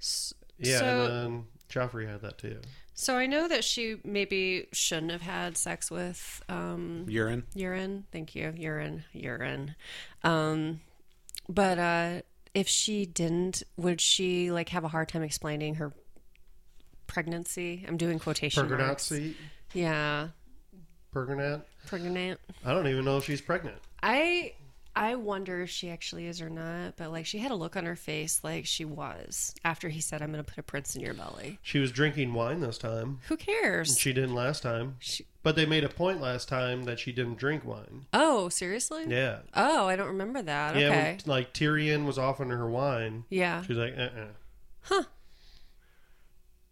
Speaker 3: S-
Speaker 2: Yeah,
Speaker 3: So-
Speaker 2: and then Joffrey had that too.
Speaker 3: So I know that she maybe shouldn't have had sex with um,
Speaker 1: Urine.
Speaker 3: urine. Thank you, urine, urine. Um, but uh, if she didn't, would she like have a hard time explaining her pregnancy? I'm doing quotation
Speaker 2: Pergonat
Speaker 3: marks.
Speaker 2: seat.
Speaker 3: Yeah,
Speaker 2: Pergonat.
Speaker 3: pregnant.
Speaker 2: I don't even know if she's pregnant.
Speaker 3: I I wonder if she actually is or not. But like, she had a look on her face like she was after he said, "I'm going to put a prince in your belly."
Speaker 2: She was drinking wine this time.
Speaker 3: Who cares?
Speaker 2: She didn't last time.
Speaker 3: She-
Speaker 2: But they made a point last time that she didn't drink wine.
Speaker 3: oh, seriously?
Speaker 2: Yeah.
Speaker 3: Oh, I don't remember that.
Speaker 2: Yeah,
Speaker 3: okay.
Speaker 2: when, like Tyrion was offering her wine.
Speaker 3: Yeah.
Speaker 2: She's like, uh uh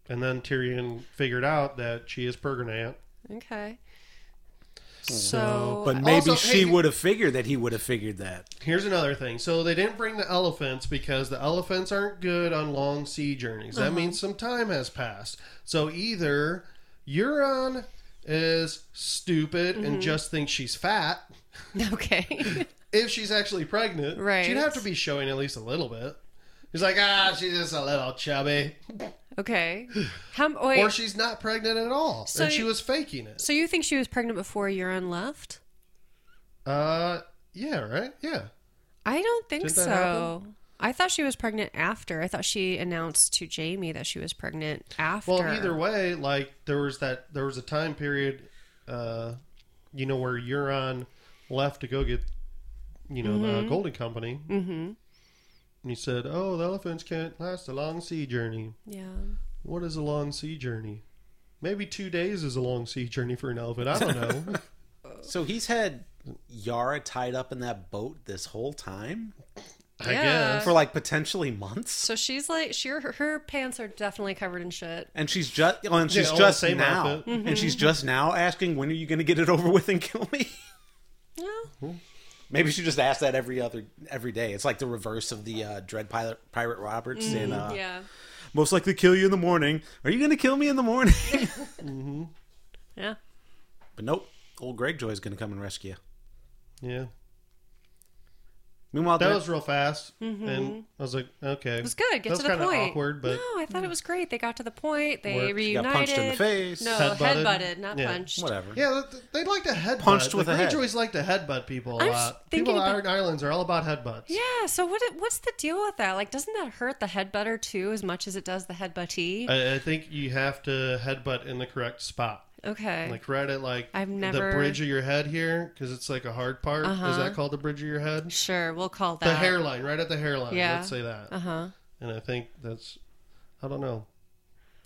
Speaker 2: And then Tyrion figured out that she is Pergonat.
Speaker 3: Okay. So,
Speaker 1: But maybe
Speaker 2: Also,
Speaker 1: she
Speaker 2: hey-
Speaker 1: would have figured that he would have figured that.
Speaker 2: Here's another thing. So they didn't bring the elephants because the elephants aren't good on long
Speaker 3: Uh-huh.
Speaker 2: sea journeys. That means some time has passed. So either Euron is stupid
Speaker 3: Mm-hmm.
Speaker 2: and just thinks she's fat.
Speaker 3: Okay.
Speaker 2: If she's actually pregnant,
Speaker 3: Right.
Speaker 2: she'd have to be showing at least a little bit. He's like, ah, she's just a little chubby.
Speaker 3: okay. How, m- wait,
Speaker 2: Or she's not pregnant at all.
Speaker 3: So
Speaker 2: and she
Speaker 3: you-
Speaker 2: was faking it.
Speaker 3: so you think she was pregnant before Euron left?
Speaker 2: Uh, yeah, right? Yeah.
Speaker 3: I don't think
Speaker 2: Did that
Speaker 3: so. I thought she was pregnant after. I thought she announced to Jamie that she was pregnant after.
Speaker 2: Well, either way, like there was that there was a time period, uh, you know, where Euron left to go get, you know, the Golden Company, mm-hmm. and he said, "Oh, the elephants can't last a long sea journey.
Speaker 3: Yeah.
Speaker 2: What is a long sea journey? Maybe two days is a long sea journey for an elephant. I don't know.
Speaker 1: So he's had Yara tied up in that boat this whole time
Speaker 2: I
Speaker 3: Yeah.
Speaker 2: guess
Speaker 1: for like potentially months,
Speaker 3: So she's like, she her, her pants are definitely covered in shit.
Speaker 1: and she's just well, and she's
Speaker 2: all the
Speaker 1: just
Speaker 2: same
Speaker 1: now,
Speaker 2: outfit.
Speaker 3: Mm-hmm.
Speaker 1: and she's just now asking, "When are you going to get it over with and kill me?"
Speaker 3: Yeah.
Speaker 1: Maybe she just asks that every other every day. It's like the reverse of the uh, Dread Pilot Pirate Roberts in uh,
Speaker 3: Mm, yeah.
Speaker 1: "Most likely kill you in the morning." Are you going to kill me in the morning?
Speaker 3: Yeah.
Speaker 1: but nope, old Greyjoy is going to come and rescue. you.
Speaker 2: yeah."
Speaker 1: Meanwhile,
Speaker 2: That
Speaker 1: Dra-
Speaker 2: was real fast, and I was like, "Okay,
Speaker 3: Mm-hmm. It was good. Get
Speaker 2: that was
Speaker 3: to the
Speaker 2: kinda
Speaker 3: point.
Speaker 2: awkward, but
Speaker 3: no, I thought it was great. They got to the point. They
Speaker 2: Worked. She
Speaker 3: reunited.
Speaker 1: got punched in the face.
Speaker 3: No,
Speaker 2: Headbutted.
Speaker 3: headbutted, not
Speaker 2: Yeah.
Speaker 3: punched.
Speaker 1: whatever.
Speaker 2: Yeah, th- they like to headbutt.
Speaker 1: Punched
Speaker 2: the
Speaker 1: with a head.
Speaker 2: Greyjoys like to headbutt people a
Speaker 3: I'm just
Speaker 2: lot. People
Speaker 3: thinking
Speaker 2: on Iron
Speaker 3: about-
Speaker 2: Islands are all about headbutts.
Speaker 3: Yeah. So what? What's the deal with that? Like, doesn't that hurt the headbutter too as much as it does the headbuttee?
Speaker 2: I, I think you have to headbutt in the correct spot,
Speaker 3: okay.
Speaker 2: like right at like
Speaker 3: I've never- Uh-huh.
Speaker 2: the bridge of your head here, because it's like a hard part. Is that called the bridge of your head?
Speaker 3: sure, we'll call that.
Speaker 2: The hairline, right at the hairline.
Speaker 3: Yeah.
Speaker 2: Let's say that.
Speaker 3: Uh huh.
Speaker 2: And I think that's, I don't know,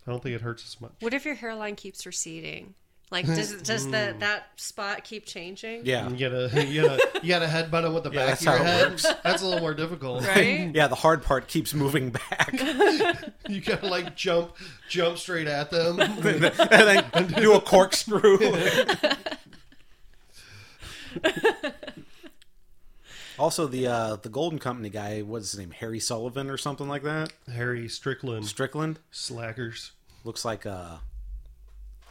Speaker 2: I don't think it hurts as much.
Speaker 3: What if your hairline keeps receding? Like, does does the that spot keep changing?
Speaker 1: Mm. Yeah.
Speaker 2: You gotta, you gotta, you gotta headbutt it with the
Speaker 1: Yeah,
Speaker 2: back
Speaker 1: that's
Speaker 2: of your
Speaker 1: how it
Speaker 2: head. That's a little more difficult.
Speaker 3: Right.
Speaker 1: Yeah, the hard part keeps moving back.
Speaker 2: You gotta like jump, jump straight at them.
Speaker 1: and then do a corkscrew. also, the uh, the Golden Company guy, what's his name, Harry Sullivan or something like that?
Speaker 2: Harry Strickland,
Speaker 1: Strickland
Speaker 2: slackers.
Speaker 1: looks like a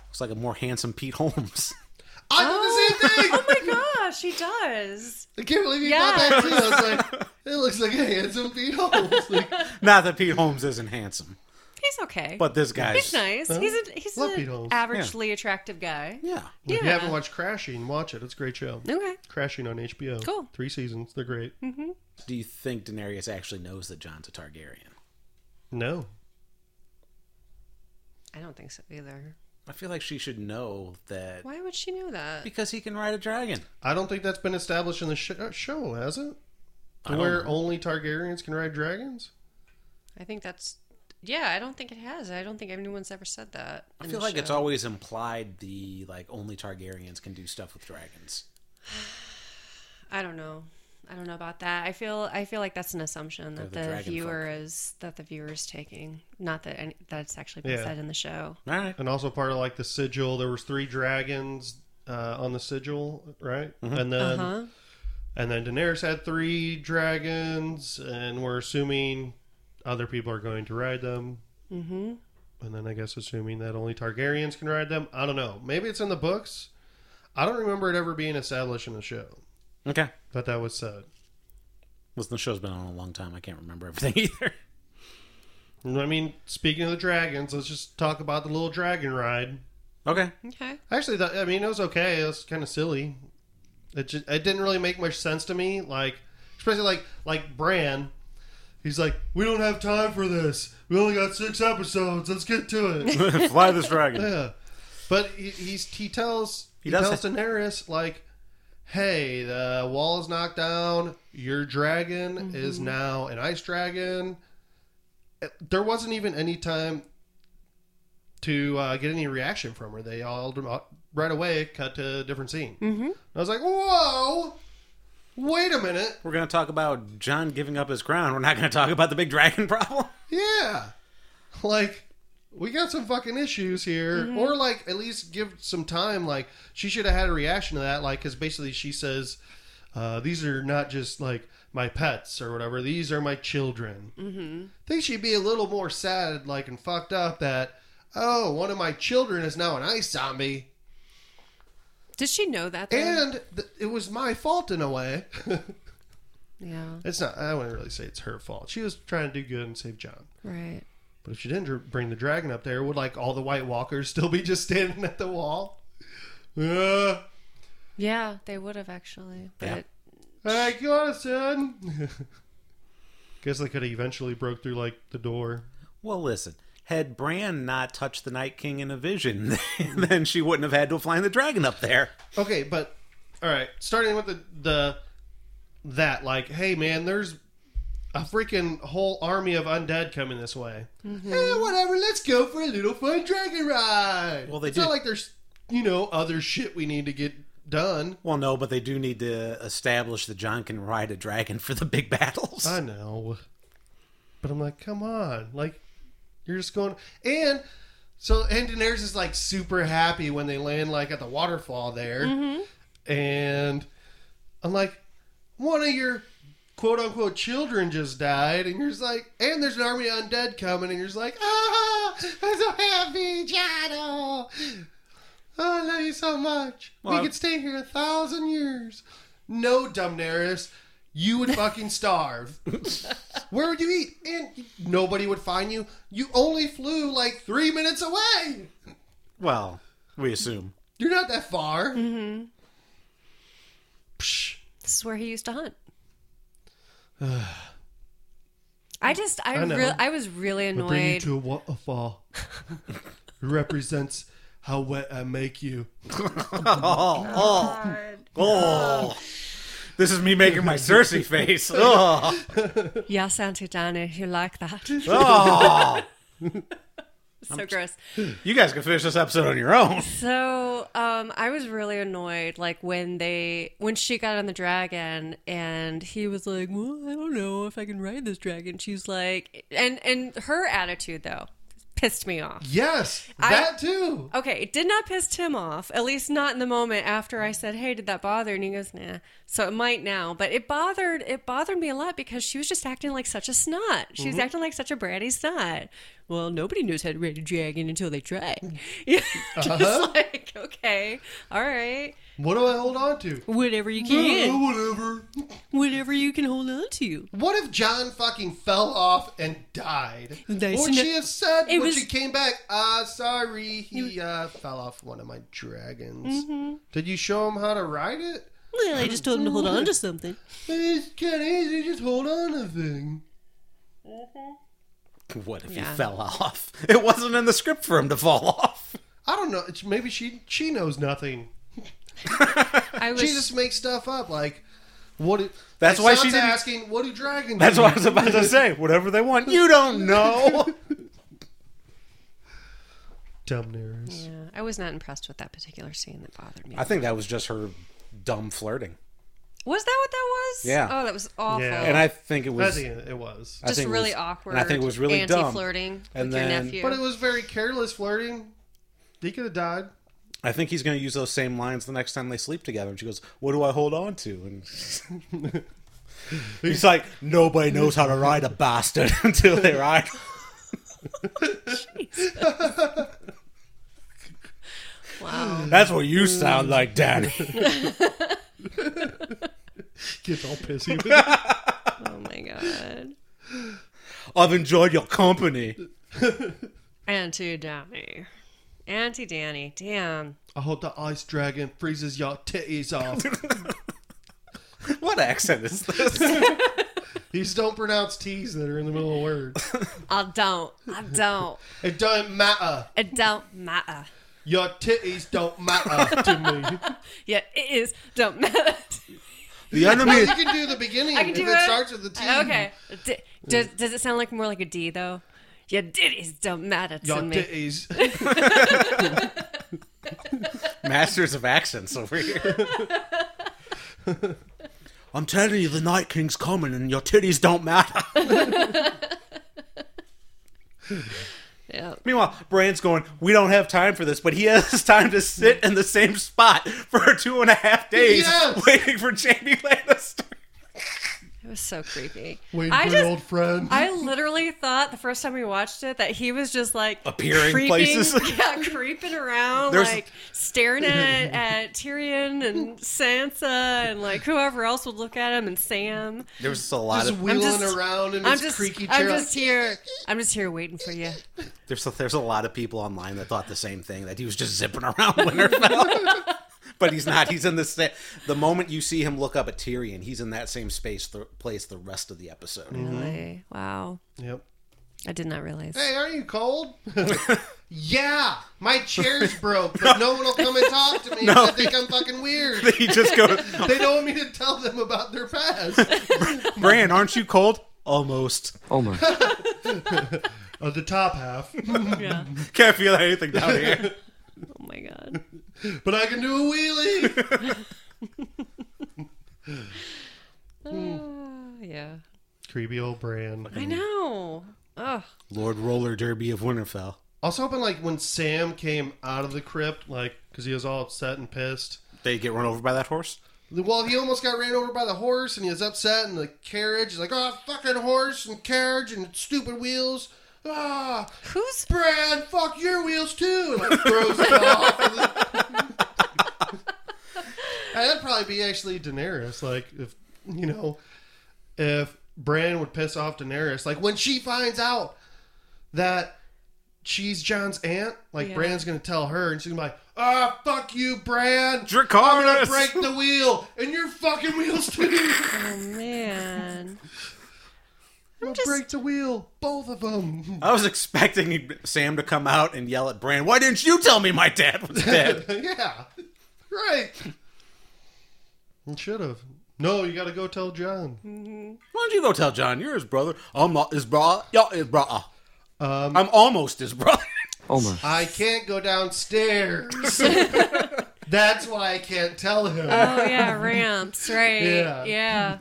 Speaker 1: looks like a more handsome Pete Holmes.
Speaker 2: I did the same thing.
Speaker 3: Oh my gosh, he does.
Speaker 2: I can't believe you
Speaker 3: Yeah.
Speaker 2: thought that too. I was like, it looks like a handsome beetle. It's like,
Speaker 1: Not that Pete Holmes isn't handsome,
Speaker 3: He's okay.
Speaker 1: but this
Speaker 3: he's
Speaker 1: guy's
Speaker 3: nice. He's a he's
Speaker 2: Love Beatles.
Speaker 3: an averagely attractive guy.
Speaker 1: yeah.
Speaker 2: If you
Speaker 3: Yeah.
Speaker 2: haven't watched Crashing, watch it. It's a great show.
Speaker 3: Okay.
Speaker 2: Crashing on HBO.
Speaker 3: Cool.
Speaker 2: Three seasons. They're great.
Speaker 1: Do you think Daenerys actually knows that John's a Targaryen?
Speaker 2: No.
Speaker 3: I don't think so either.
Speaker 1: I feel like she should know that
Speaker 3: Why would she know that?
Speaker 1: because he can ride a dragon.
Speaker 2: I don't think that's been established in the sh- uh, show, has it?
Speaker 1: I don't
Speaker 2: Where
Speaker 1: know.
Speaker 2: only Targaryens can ride dragons?
Speaker 3: I think that's. Yeah, I don't think it has. I don't think anyone's ever said that.
Speaker 1: I
Speaker 3: in
Speaker 1: feel
Speaker 3: the
Speaker 1: like it's
Speaker 3: show.
Speaker 1: always implied the like only Targaryens can do stuff with dragons.
Speaker 3: I don't know. I don't know about that. I feel I feel like that's an assumption that
Speaker 1: the
Speaker 3: the,
Speaker 1: dragon
Speaker 3: viewer is that the viewer is taking. Not that any, that's actually been
Speaker 2: Yeah.
Speaker 3: said in the show.
Speaker 1: All right.
Speaker 2: And also part of like the sigil. There was three dragons uh, on the sigil, right? And
Speaker 1: Um,
Speaker 2: then
Speaker 3: Huh?
Speaker 2: and then Daenerys had three dragons, and we're assuming other people are going to ride them. Mm-hmm. And then I guess assuming that only Targaryens can ride them. I don't know. Maybe it's in the books. I don't remember it ever being established in the show
Speaker 1: Okay.
Speaker 2: that that was said.
Speaker 1: Listen, the show's been on a long time. I can't remember everything either.
Speaker 2: And I mean, speaking of the dragons, let's just talk about the little dragon ride.
Speaker 1: Okay.
Speaker 3: Okay.
Speaker 2: Actually, that, I mean, it was okay. It was kind of silly. It just, it didn't really make much sense to me. Like, especially like like Bran, he's like, "We don't have time for this. We only got six episodes. Let's get to it."
Speaker 1: Fly this dragon.
Speaker 2: yeah. But he, he's he tells he,
Speaker 1: does
Speaker 2: tells
Speaker 1: say-
Speaker 2: Daenerys like, "Hey, the wall is knocked down. Your dragon is now an ice dragon." It- There wasn't even any time to uh, get any reaction from her. They all right away cut to a different scene. Mm-hmm. I was like, "Whoa, wait a minute,
Speaker 1: We're gonna talk about John giving up his crown. We're not gonna talk about the big dragon problem.
Speaker 2: yeah, like." We got some fucking issues here, or like at least give some time. Like she should have had a reaction to that, like because basically she says, uh, "These are not just like my pets or whatever; these are my children." Mm-hmm. think she'd be a little more sad, like and fucked up that oh, one of my children is now an ice zombie.
Speaker 3: Did she know that? Though?
Speaker 2: And th- it was my fault in a way.
Speaker 3: yeah,
Speaker 2: it's not. I wouldn't really say it's her fault. She was trying to do good and save John.
Speaker 3: right.
Speaker 2: But if she didn't dr- bring the dragon up there, would like all the White Walkers still be just standing at the wall? Uh,
Speaker 3: Yeah, they would have actually. But
Speaker 1: Yeah.
Speaker 2: I got it, son. Guess they could have eventually broke through like the door.
Speaker 1: Well, listen. Had Bran not touched the Night King in a vision, then she wouldn't have had to fly the dragon up there.
Speaker 2: Okay, but all right. Starting with the the that like, hey man, there's a freaking whole army of undead coming this way. Eh, whatever. Let's go for a little fun dragon ride.
Speaker 1: Well, they
Speaker 2: it's
Speaker 1: did-
Speaker 2: not like there's you know other shit we need to get done.
Speaker 1: Well, no, but they do need to establish that John can ride a dragon for the big battles.
Speaker 2: I know. But I'm like, come on. Like, you're just going. And so, and Daenerys is like super happy when they land, like, at the waterfall there. And I'm like, one of your quote unquote children just died. And you're just like, and there's an army of undead coming. And you're just like, ah, I'm so happy, John. Oh, I love you so much.
Speaker 1: Well,
Speaker 2: we could stay here a thousand years. No, Dumnaris. You would fucking starve. Where would you eat? And nobody would find you. You only flew like three minutes away.
Speaker 1: well, we assume.
Speaker 2: You're not that far.
Speaker 3: Mm-hmm.
Speaker 2: Psh.
Speaker 3: This is where he used to hunt. I just, I,
Speaker 2: I know.
Speaker 3: re- I was really
Speaker 2: I bring you
Speaker 3: annoyed.
Speaker 2: to a waterfall. represents how wet I make you.
Speaker 1: Oh, this is me making my Cersei face. Oh,
Speaker 3: Yeah, Santidana, you like that? so
Speaker 1: oh.
Speaker 3: gross.
Speaker 1: You guys can finish this episode on your own.
Speaker 3: So, um, I was really annoyed, like when they, when she got on the dragon, and he was like, "Well, I don't know if I can ride this dragon." She's like, and and her attitude though pissed me off.
Speaker 2: Yes,
Speaker 3: I-
Speaker 2: that too.
Speaker 3: Okay, it did not piss Tim off, at least not in the moment after I said, Hey, did that bother? And he goes, Nah. So it might now. But it bothered it bothered me a lot because she was just acting like such a snot. She was acting like such a bratty snot. Mm-hmm. Well, nobody knows how to ride a dragon until they try. Yeah. Just like, okay, all right.
Speaker 2: What do I hold on to?
Speaker 3: Whatever you
Speaker 2: Uh,
Speaker 3: can.
Speaker 2: whatever.
Speaker 3: Whatever you can hold on to.
Speaker 2: What if John fucking fell off and died?
Speaker 3: Nice
Speaker 2: Would
Speaker 3: to
Speaker 2: she
Speaker 3: know-
Speaker 2: have said
Speaker 3: It
Speaker 2: when
Speaker 3: was-
Speaker 2: she came back, uh, sorry, he uh, fell off one of my dragons.
Speaker 3: Mm-hmm.
Speaker 2: Did you show him how to ride it?
Speaker 3: Well, I just told him to hold on to something.
Speaker 2: It's kind of easy, just hold on to thing.
Speaker 1: What if
Speaker 3: Yeah.
Speaker 1: he fell off? It wasn't in the script for him to fall off.
Speaker 2: I don't know, it's- maybe she she knows nothing.
Speaker 3: I was
Speaker 2: She just makes stuff up, like, what it,
Speaker 1: That's
Speaker 2: like
Speaker 1: why she
Speaker 2: Sansa
Speaker 1: didn't-
Speaker 2: asking, what do dragons
Speaker 1: That's
Speaker 2: do?
Speaker 1: what I was about to say. Whatever they want, you don't know.
Speaker 2: Dumb Daenerys.
Speaker 3: yeah, I was not impressed with that particular scene that bothered me.
Speaker 1: I think that was just her dumb flirting,
Speaker 3: Was that what that was?
Speaker 1: Yeah.
Speaker 3: Oh, that was awful.
Speaker 2: Yeah.
Speaker 1: and I think it
Speaker 2: I
Speaker 1: was.
Speaker 2: think it it was.
Speaker 1: I
Speaker 3: just
Speaker 1: think it
Speaker 3: really
Speaker 1: was-
Speaker 3: awkward.
Speaker 1: And I think it was really dumb.
Speaker 3: anti-flirting
Speaker 1: And
Speaker 3: with your
Speaker 1: then-
Speaker 3: nephew.
Speaker 2: But it was very careless flirting. He could have died.
Speaker 1: I think he's going to use those same lines the next time they sleep together. And she goes, "What do I hold on to?" And he's like, "Nobody knows how to ride a bastard until they ride."
Speaker 3: wow.
Speaker 1: That's what you sound like, Danny.
Speaker 2: Gets all pissy.
Speaker 3: Oh my god.
Speaker 1: I've enjoyed your company.
Speaker 3: Anti Danny. Anti Danny. Damn.
Speaker 2: I hope the ice dragon freezes your titties off.
Speaker 1: What accent is this?
Speaker 2: These don't pronounce T's that are in the middle of words.
Speaker 3: I don't. I don't.
Speaker 2: It don't matter.
Speaker 3: It don't matter.
Speaker 2: Your titties don't matter to me.
Speaker 3: Yeah, it is don't matter.
Speaker 1: The
Speaker 2: Well,
Speaker 1: enemy.
Speaker 2: you can do the beginning
Speaker 3: I can
Speaker 2: if
Speaker 3: do
Speaker 2: it,
Speaker 3: it.
Speaker 2: starts with the T.
Speaker 3: Okay. D- does, does it sound like more like a D though? Yeah, ditties don't matter to
Speaker 2: Your
Speaker 3: me.
Speaker 2: titties.
Speaker 1: Masters of accents over here. I'm telling you, the Night King's coming, and your titties don't matter.
Speaker 3: Yeah.
Speaker 1: Meanwhile, Bran's going, We don't have time for this, but he has time to sit in the same spot for two and a half days
Speaker 2: Yes!
Speaker 1: waiting for Jamie Lannister.
Speaker 3: It was so creepy.
Speaker 2: Waiting
Speaker 3: I
Speaker 2: for
Speaker 3: just-
Speaker 2: an old friend.
Speaker 3: I literally thought the first time we watched it that he was just like
Speaker 1: Appearing
Speaker 3: creeping,
Speaker 1: places.
Speaker 3: yeah, creeping around,
Speaker 1: There's-
Speaker 3: like staring at, at Tyrion and Sansa and like whoever else would look at him and Sam.
Speaker 1: There was a lot
Speaker 2: just
Speaker 1: of
Speaker 2: wheeling
Speaker 3: just-
Speaker 2: around in
Speaker 3: I'm
Speaker 2: his
Speaker 3: just,
Speaker 2: creaky chair.
Speaker 3: I'm just here. I'm just here waiting for you.
Speaker 1: there's a, there's a lot of people online that thought the same thing that he was just zipping around Winterfell. but he's not. He's in the sa- the moment you see him look up at Tyrion, he's in that same space th- place the rest of the episode.
Speaker 3: Really? Wow.
Speaker 2: yep.
Speaker 3: I did not realize.
Speaker 2: Hey, aren't you cold? yeah, my chair's broke, but no one will come and talk to me. They think I'm fucking weird.
Speaker 1: He just goes,
Speaker 2: They don't want me to tell them about their past.
Speaker 1: "Bran, aren't you cold?" Almost.
Speaker 4: Oh my.
Speaker 2: Of the top half,
Speaker 3: Yeah.
Speaker 1: Can't feel anything down here.
Speaker 3: Oh my god.
Speaker 2: but I can do a wheelie. Hmm.
Speaker 3: Uh, yeah.
Speaker 2: Creepy old brand.
Speaker 3: I know. Ugh.
Speaker 1: Lord Roller Derby of Winterfell.
Speaker 2: Also, hoping like when Sam came out of the crypt, like because he was all upset and pissed.
Speaker 1: They get run over by that horse.
Speaker 2: Well, he almost got ran over by the horse, and he was upset. And the carriage, he's like, "Oh, fucking horse and carriage and stupid wheels." Ah,
Speaker 3: Who's
Speaker 2: Brad, fuck your wheels too, and like throws it off. And that'd probably be actually Daenerys, like if you know, if Bran would piss off Daenerys, like when she finds out that she's John's aunt, like
Speaker 3: Yeah.
Speaker 2: Bran's gonna tell her, and she's gonna be like, "Ah, fuck you, Bran! I'm gonna
Speaker 1: Dracarys!
Speaker 2: break the wheel, and your fucking wheels too.
Speaker 3: Oh man.
Speaker 2: I'm
Speaker 3: just-
Speaker 2: break the wheel, both of them.
Speaker 1: I was expecting Sam to come out and yell at Bran, "Why didn't you tell me my dad was dead?"
Speaker 2: yeah, right. Should have. No, you got to go tell John.
Speaker 1: Why don't you go tell John you're his brother? I'm not his brother. Y'all his brother. I'm almost his brother.
Speaker 4: Oh my.
Speaker 2: I can't go downstairs. That's why I can't tell him.
Speaker 3: Oh yeah, ramps, right.
Speaker 2: Yeah.
Speaker 3: Yeah.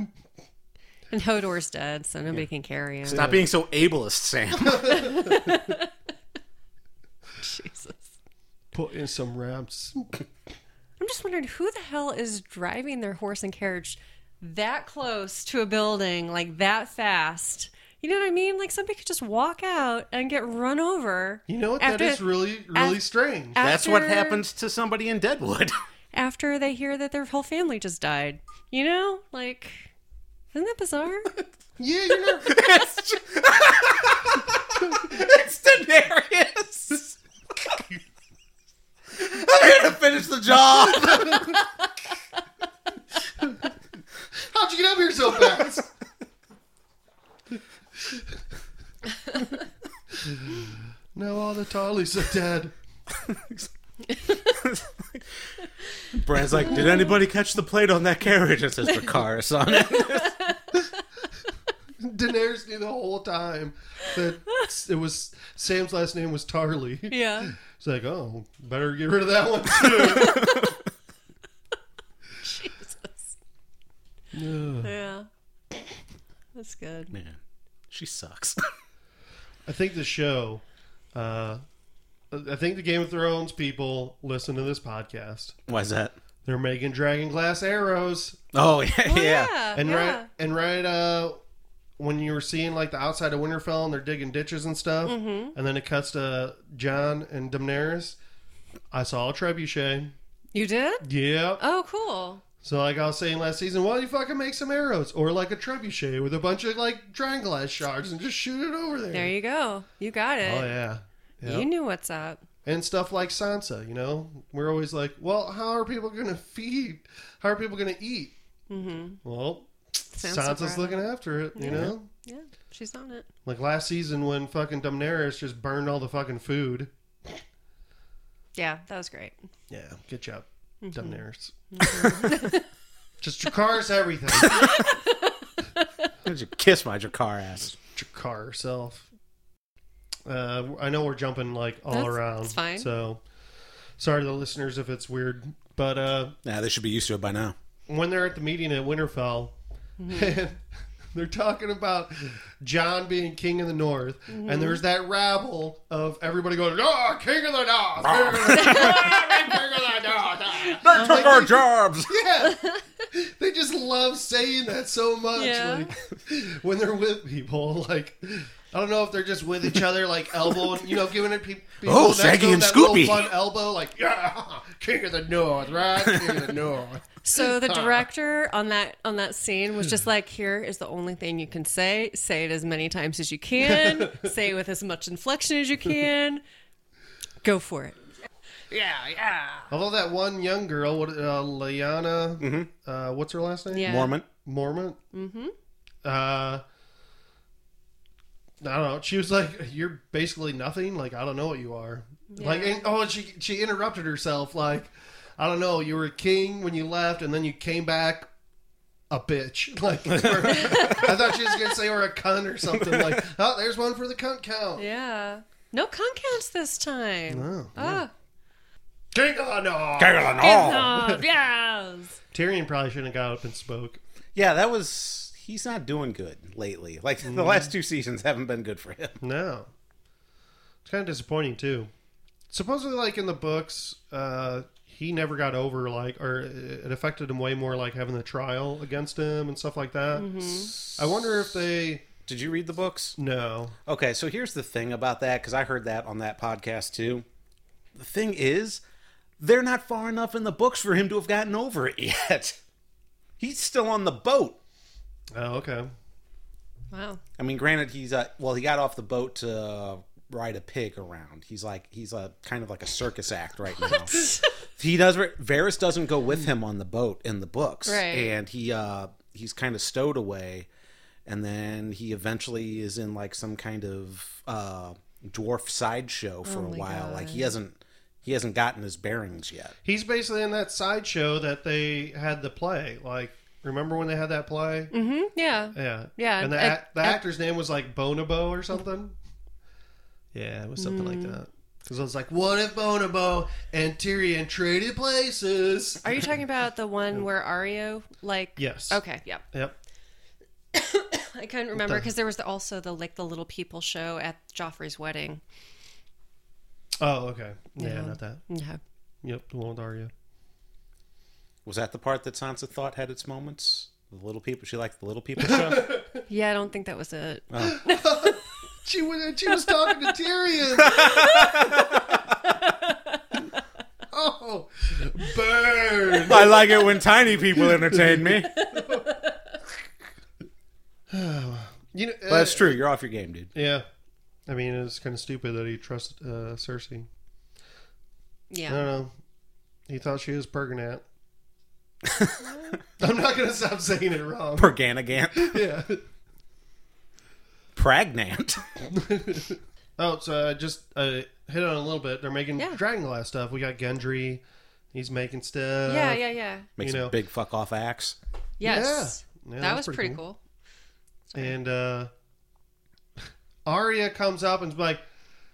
Speaker 3: And Hodor's dead, so nobody can carry him.
Speaker 1: Stop being so ableist, Sam.
Speaker 3: Jesus.
Speaker 2: Put in some ramps.
Speaker 3: I'm just wondering who the hell is driving their horse and carriage that close to a building, like that fast. You know what I mean? Like somebody could just walk out and get run over.
Speaker 2: You know what?
Speaker 3: after-
Speaker 2: that is really, really
Speaker 3: af-
Speaker 2: strange.
Speaker 1: That's what
Speaker 3: after-
Speaker 1: happens to somebody in Deadwood.
Speaker 3: after they hear that their whole family just died. You know? Like isn't that bizarre?
Speaker 2: yeah, you're not.
Speaker 1: it's, ju- it's Daenerys. I'm here to finish the job.
Speaker 2: How'd you get up here so fast? now all the Tarleys are dead.
Speaker 1: Bran's like, did anybody catch the plate on that carriage? It says Dracarys on it.
Speaker 2: Daenerys knew the whole time that it was Sam's last name was Tarly.
Speaker 3: yeah.
Speaker 2: It's like, oh, better get rid of that one too.
Speaker 3: Jesus. Yeah. That's good.
Speaker 1: Man, she sucks.
Speaker 2: I think the show, uh, I think the Game of Thrones people listen to this podcast.
Speaker 1: Why's that?
Speaker 2: They're making dragon glass arrows,
Speaker 1: Oh yeah,
Speaker 3: Well,
Speaker 1: yeah.
Speaker 2: and
Speaker 3: yeah.
Speaker 2: right, and right, uh, when you were seeing like the outside of Winterfell and they're digging ditches and stuff,
Speaker 3: Mm-hmm.
Speaker 2: and then it cuts to John and Daenerys. I saw a trebuchet.
Speaker 3: You did?
Speaker 2: Yeah.
Speaker 3: Oh, cool.
Speaker 2: So like I was saying last season, why don't you fucking make some arrows or like a trebuchet with a bunch of like dragon glass shards and just shoot it over there?
Speaker 3: There you go. You got it.
Speaker 2: oh yeah. Yeah.
Speaker 3: You knew what's up.
Speaker 2: and stuff like Sansa, you know? We're always like, well, how are people going to feed? How are people going to eat? Mm-hmm. Well,
Speaker 3: Sansa
Speaker 2: Sansa's
Speaker 3: brought
Speaker 2: looking after it, you know?
Speaker 3: Yeah, she's on it.
Speaker 2: Like last season when fucking Daenerys just burned all the fucking food.
Speaker 3: Yeah, that was great.
Speaker 2: Yeah, good job,
Speaker 3: Mm-hmm.
Speaker 2: Daenerys. just Dracarys everything.
Speaker 1: Why don't you kiss my Dracar ass?
Speaker 2: Dracar herself. Uh, I know we're jumping like all
Speaker 3: That's-
Speaker 2: around.
Speaker 3: that's fine.
Speaker 2: So sorry to the listeners if it's weird, but uh,
Speaker 1: Nah, they should be used to it by now.
Speaker 2: when they're at the meeting at Winterfell, and they're talking about John being king of the North, and there's that rabble of everybody going, "Oh, king of the North, king of the North, king of the North."
Speaker 1: Oh, They took our jobs.
Speaker 2: Yeah. They just love saying that so much.
Speaker 3: Yeah.
Speaker 2: Like when they're with people, like I don't know if they're just with each other, like elbow, you know, giving it pe- people.
Speaker 1: Oh,
Speaker 2: next to
Speaker 1: Shaggy
Speaker 2: them
Speaker 1: and
Speaker 2: that little
Speaker 1: Scooby.
Speaker 2: Fun elbow, like yeah, king of the north, right? King of the north.
Speaker 3: So the director on that on that scene was just like, "Here is the only thing you can say. Say it as many times as you can. say it with as much inflection as you can. Go for it."
Speaker 2: Although that one young girl, what uh, Liana, uh, what's her last name?
Speaker 3: Yeah.
Speaker 1: Mormon.
Speaker 2: Mormont. Mm-hmm. Uh, I don't know. She was like, "You're basically nothing. Like I don't know what you are." Like and, oh, and she she interrupted herself. Like I don't know. You were a king when you left, and then you came back a bitch. Like or- I thought she was gonna say or a cunt or something. Like oh, there's one for the cunt count.
Speaker 3: Yeah. No cunt counts this time.
Speaker 2: Oh.
Speaker 3: Ah.
Speaker 2: King of the North. Oh.
Speaker 3: Good enough. Yes.
Speaker 2: Tyrion probably shouldn't have got up and spoke.
Speaker 1: Yeah, that was. He's not doing good lately. Like the last two seasons haven't been good for him.
Speaker 2: No. It's kind of disappointing too. Supposedly like in the books, uh he never got over like or it affected him way more like having the trial against him and stuff like that. I wonder if they
Speaker 1: Did you read the books?
Speaker 2: no.
Speaker 1: Okay, so here's the thing about that because I heard that on that podcast too. The thing is, they're not far enough in the books for him to have gotten over it yet. He's still on the boat.
Speaker 2: Oh, okay.
Speaker 3: Wow.
Speaker 1: I mean, granted, he's uh, well, he got off the boat to uh, ride a pig around. He's like he's a kind of like a circus act right now. he does. Varys doesn't go with him on the boat in the books,
Speaker 3: Right.
Speaker 1: and he uh, he's kind of stowed away, and then he eventually is in like some kind of uh, dwarf sideshow for a
Speaker 3: Oh my
Speaker 1: while. Like he hasn't he hasn't gotten his bearings yet.
Speaker 2: He's basically in that sideshow that they had the play. Like remember when they had that play?
Speaker 3: Mm-hmm. Yeah.
Speaker 2: Yeah.
Speaker 3: Yeah,
Speaker 2: And the,
Speaker 3: at-
Speaker 2: act- the actor's name was like Bonobo or something. Yeah, it was something
Speaker 3: Hmm.
Speaker 2: like that. Because I was like, what if Bonobo and Tyrion traded places?
Speaker 3: Are you talking about the one where Ario like?
Speaker 2: Yes.
Speaker 3: Okay. Yep.
Speaker 2: Yep.
Speaker 3: I couldn't remember
Speaker 2: the-
Speaker 3: because there was the, also the like the little people show at Joffrey's wedding.
Speaker 2: Oh, okay. Yeah,
Speaker 3: Yeah.
Speaker 2: not that.
Speaker 3: Yeah.
Speaker 2: Yep, the one with Arya.
Speaker 1: Was that the part that Sansa thought had its moments? The little people. She liked the little people show.
Speaker 3: Yeah, I don't think that was it.
Speaker 2: Uh, She was, she was talking to Tyrion. oh, burn.
Speaker 1: I like it when tiny people entertain me.
Speaker 2: You know, uh,
Speaker 1: Well, that's true. You're off your game, dude.
Speaker 2: Yeah. I mean, it's kind of stupid that he trusts uh, Cersei. I
Speaker 3: Yeah.
Speaker 2: don't know. He thought she was Pergonat. I'm not going to stop saying it wrong.
Speaker 1: Perganagant.
Speaker 2: Yeah.
Speaker 1: Pragnant.
Speaker 2: Oh, so I just uh, hit on it a little bit. They're making
Speaker 3: Yeah.
Speaker 2: Dragon Glass stuff. We got Gendry. He's making stuff.
Speaker 3: Yeah. Yeah. Yeah.
Speaker 1: Makes
Speaker 2: You know.
Speaker 1: a big fuck off axe.
Speaker 3: Yes.
Speaker 2: Yeah,
Speaker 3: that
Speaker 2: that's
Speaker 3: was
Speaker 2: pretty
Speaker 3: pretty
Speaker 2: cool.
Speaker 3: cool.
Speaker 2: And uh, Arya comes up and's like,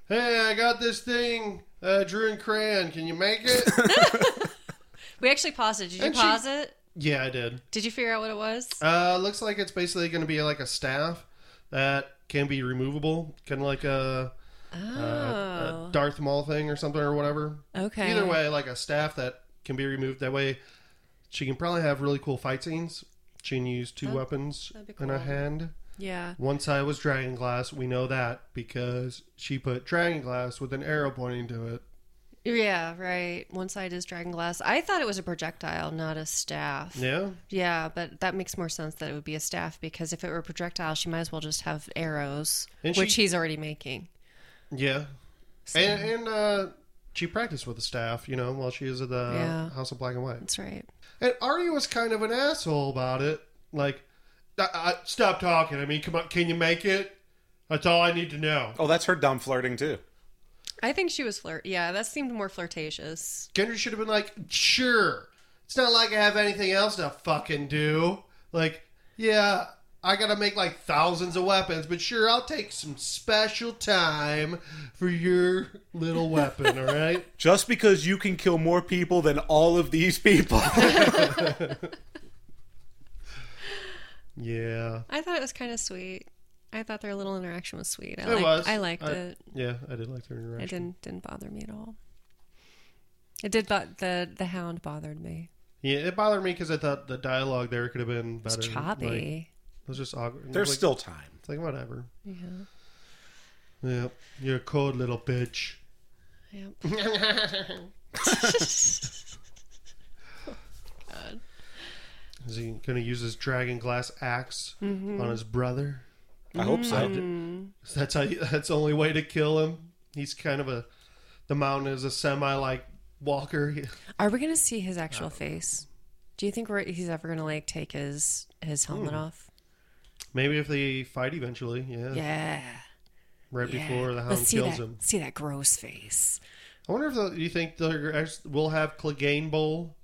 Speaker 2: "Hey, I got this thing, uh, Drew and Cran. Can you make it?"
Speaker 3: We actually paused it. Did you
Speaker 2: And she-
Speaker 3: pause it?
Speaker 2: yeah, I did.
Speaker 3: Did you figure out what it was?
Speaker 2: Uh, looks like it's basically going to be like a staff that can be removable, kind of like a,
Speaker 3: Oh.
Speaker 2: a Darth Maul thing or something or whatever.
Speaker 3: okay.
Speaker 2: Either way, like a staff that can be removed. That way, she can probably have really cool fight scenes. She can use two weapons
Speaker 3: Oh, that'd be
Speaker 2: in a
Speaker 3: cool.
Speaker 2: hand.
Speaker 3: Yeah.
Speaker 2: One side was dragon glass. We know that because she put dragon glass with an arrow pointing to it.
Speaker 3: Yeah. Right. One side is dragon glass. I thought it was a projectile, not a staff.
Speaker 2: Yeah,
Speaker 3: Yeah, but that makes more sense that it would be a staff because if it were a projectile, she might as well just have arrows,
Speaker 2: And
Speaker 3: which
Speaker 2: she-
Speaker 3: he's already making.
Speaker 2: yeah, and and uh, she practiced with the staff, you know, while she was at the
Speaker 3: Yeah.
Speaker 2: House of Black and White.
Speaker 3: That's right.
Speaker 2: And Arya was kind of an asshole about it. Like, I, I, stop talking. I mean, come on, can you make it? That's all I need to know.
Speaker 1: Oh, that's her dumb flirting too.
Speaker 3: I think she was flirt. Yeah, that seemed more flirtatious.
Speaker 2: Gendry should have been like, sure. It's not like I have anything else to fucking do. Like, yeah, I gotta make like thousands of weapons, but sure, I'll take some special time for your little weapon, all right?
Speaker 1: Just because you can kill more people than all of these people.
Speaker 2: Yeah.
Speaker 3: I thought it was kind of sweet. I thought their little interaction was sweet. I
Speaker 2: It
Speaker 3: liked,
Speaker 2: was.
Speaker 3: I liked
Speaker 2: I-
Speaker 3: it.
Speaker 2: Yeah, I did like their
Speaker 3: It
Speaker 2: interaction.
Speaker 3: didn't didn't bother me at all. It did, but the the hound bothered me.
Speaker 2: Yeah, it bothered me because I thought the dialogue there could have been better.
Speaker 3: It's
Speaker 2: Like, it
Speaker 3: choppy.
Speaker 2: was just awkward.
Speaker 1: There's
Speaker 2: like,
Speaker 1: still time.
Speaker 2: It's like whatever.
Speaker 3: yeah.
Speaker 2: Yeah, you're a cold little bitch.
Speaker 3: Yep.
Speaker 2: Is he gonna use his dragon glass ax
Speaker 3: Mm-hmm.
Speaker 2: on his brother?
Speaker 1: I hope so.
Speaker 2: Mm. That's how. You, that's the only way to kill him. He's kind of a. The mountain is a semi like walker. He-
Speaker 3: Are we gonna see his actual face? Do you think we're, he's ever gonna like take his his
Speaker 2: Hmm.
Speaker 3: helmet off?
Speaker 2: Maybe if they fight eventually, yeah.
Speaker 3: Yeah.
Speaker 2: right
Speaker 3: yeah.
Speaker 2: before the
Speaker 3: But
Speaker 2: hound
Speaker 3: see
Speaker 2: kills
Speaker 3: that,
Speaker 2: him.
Speaker 3: See that gross face.
Speaker 2: I wonder if the, you think they're act- we'll have Clegane Bowl.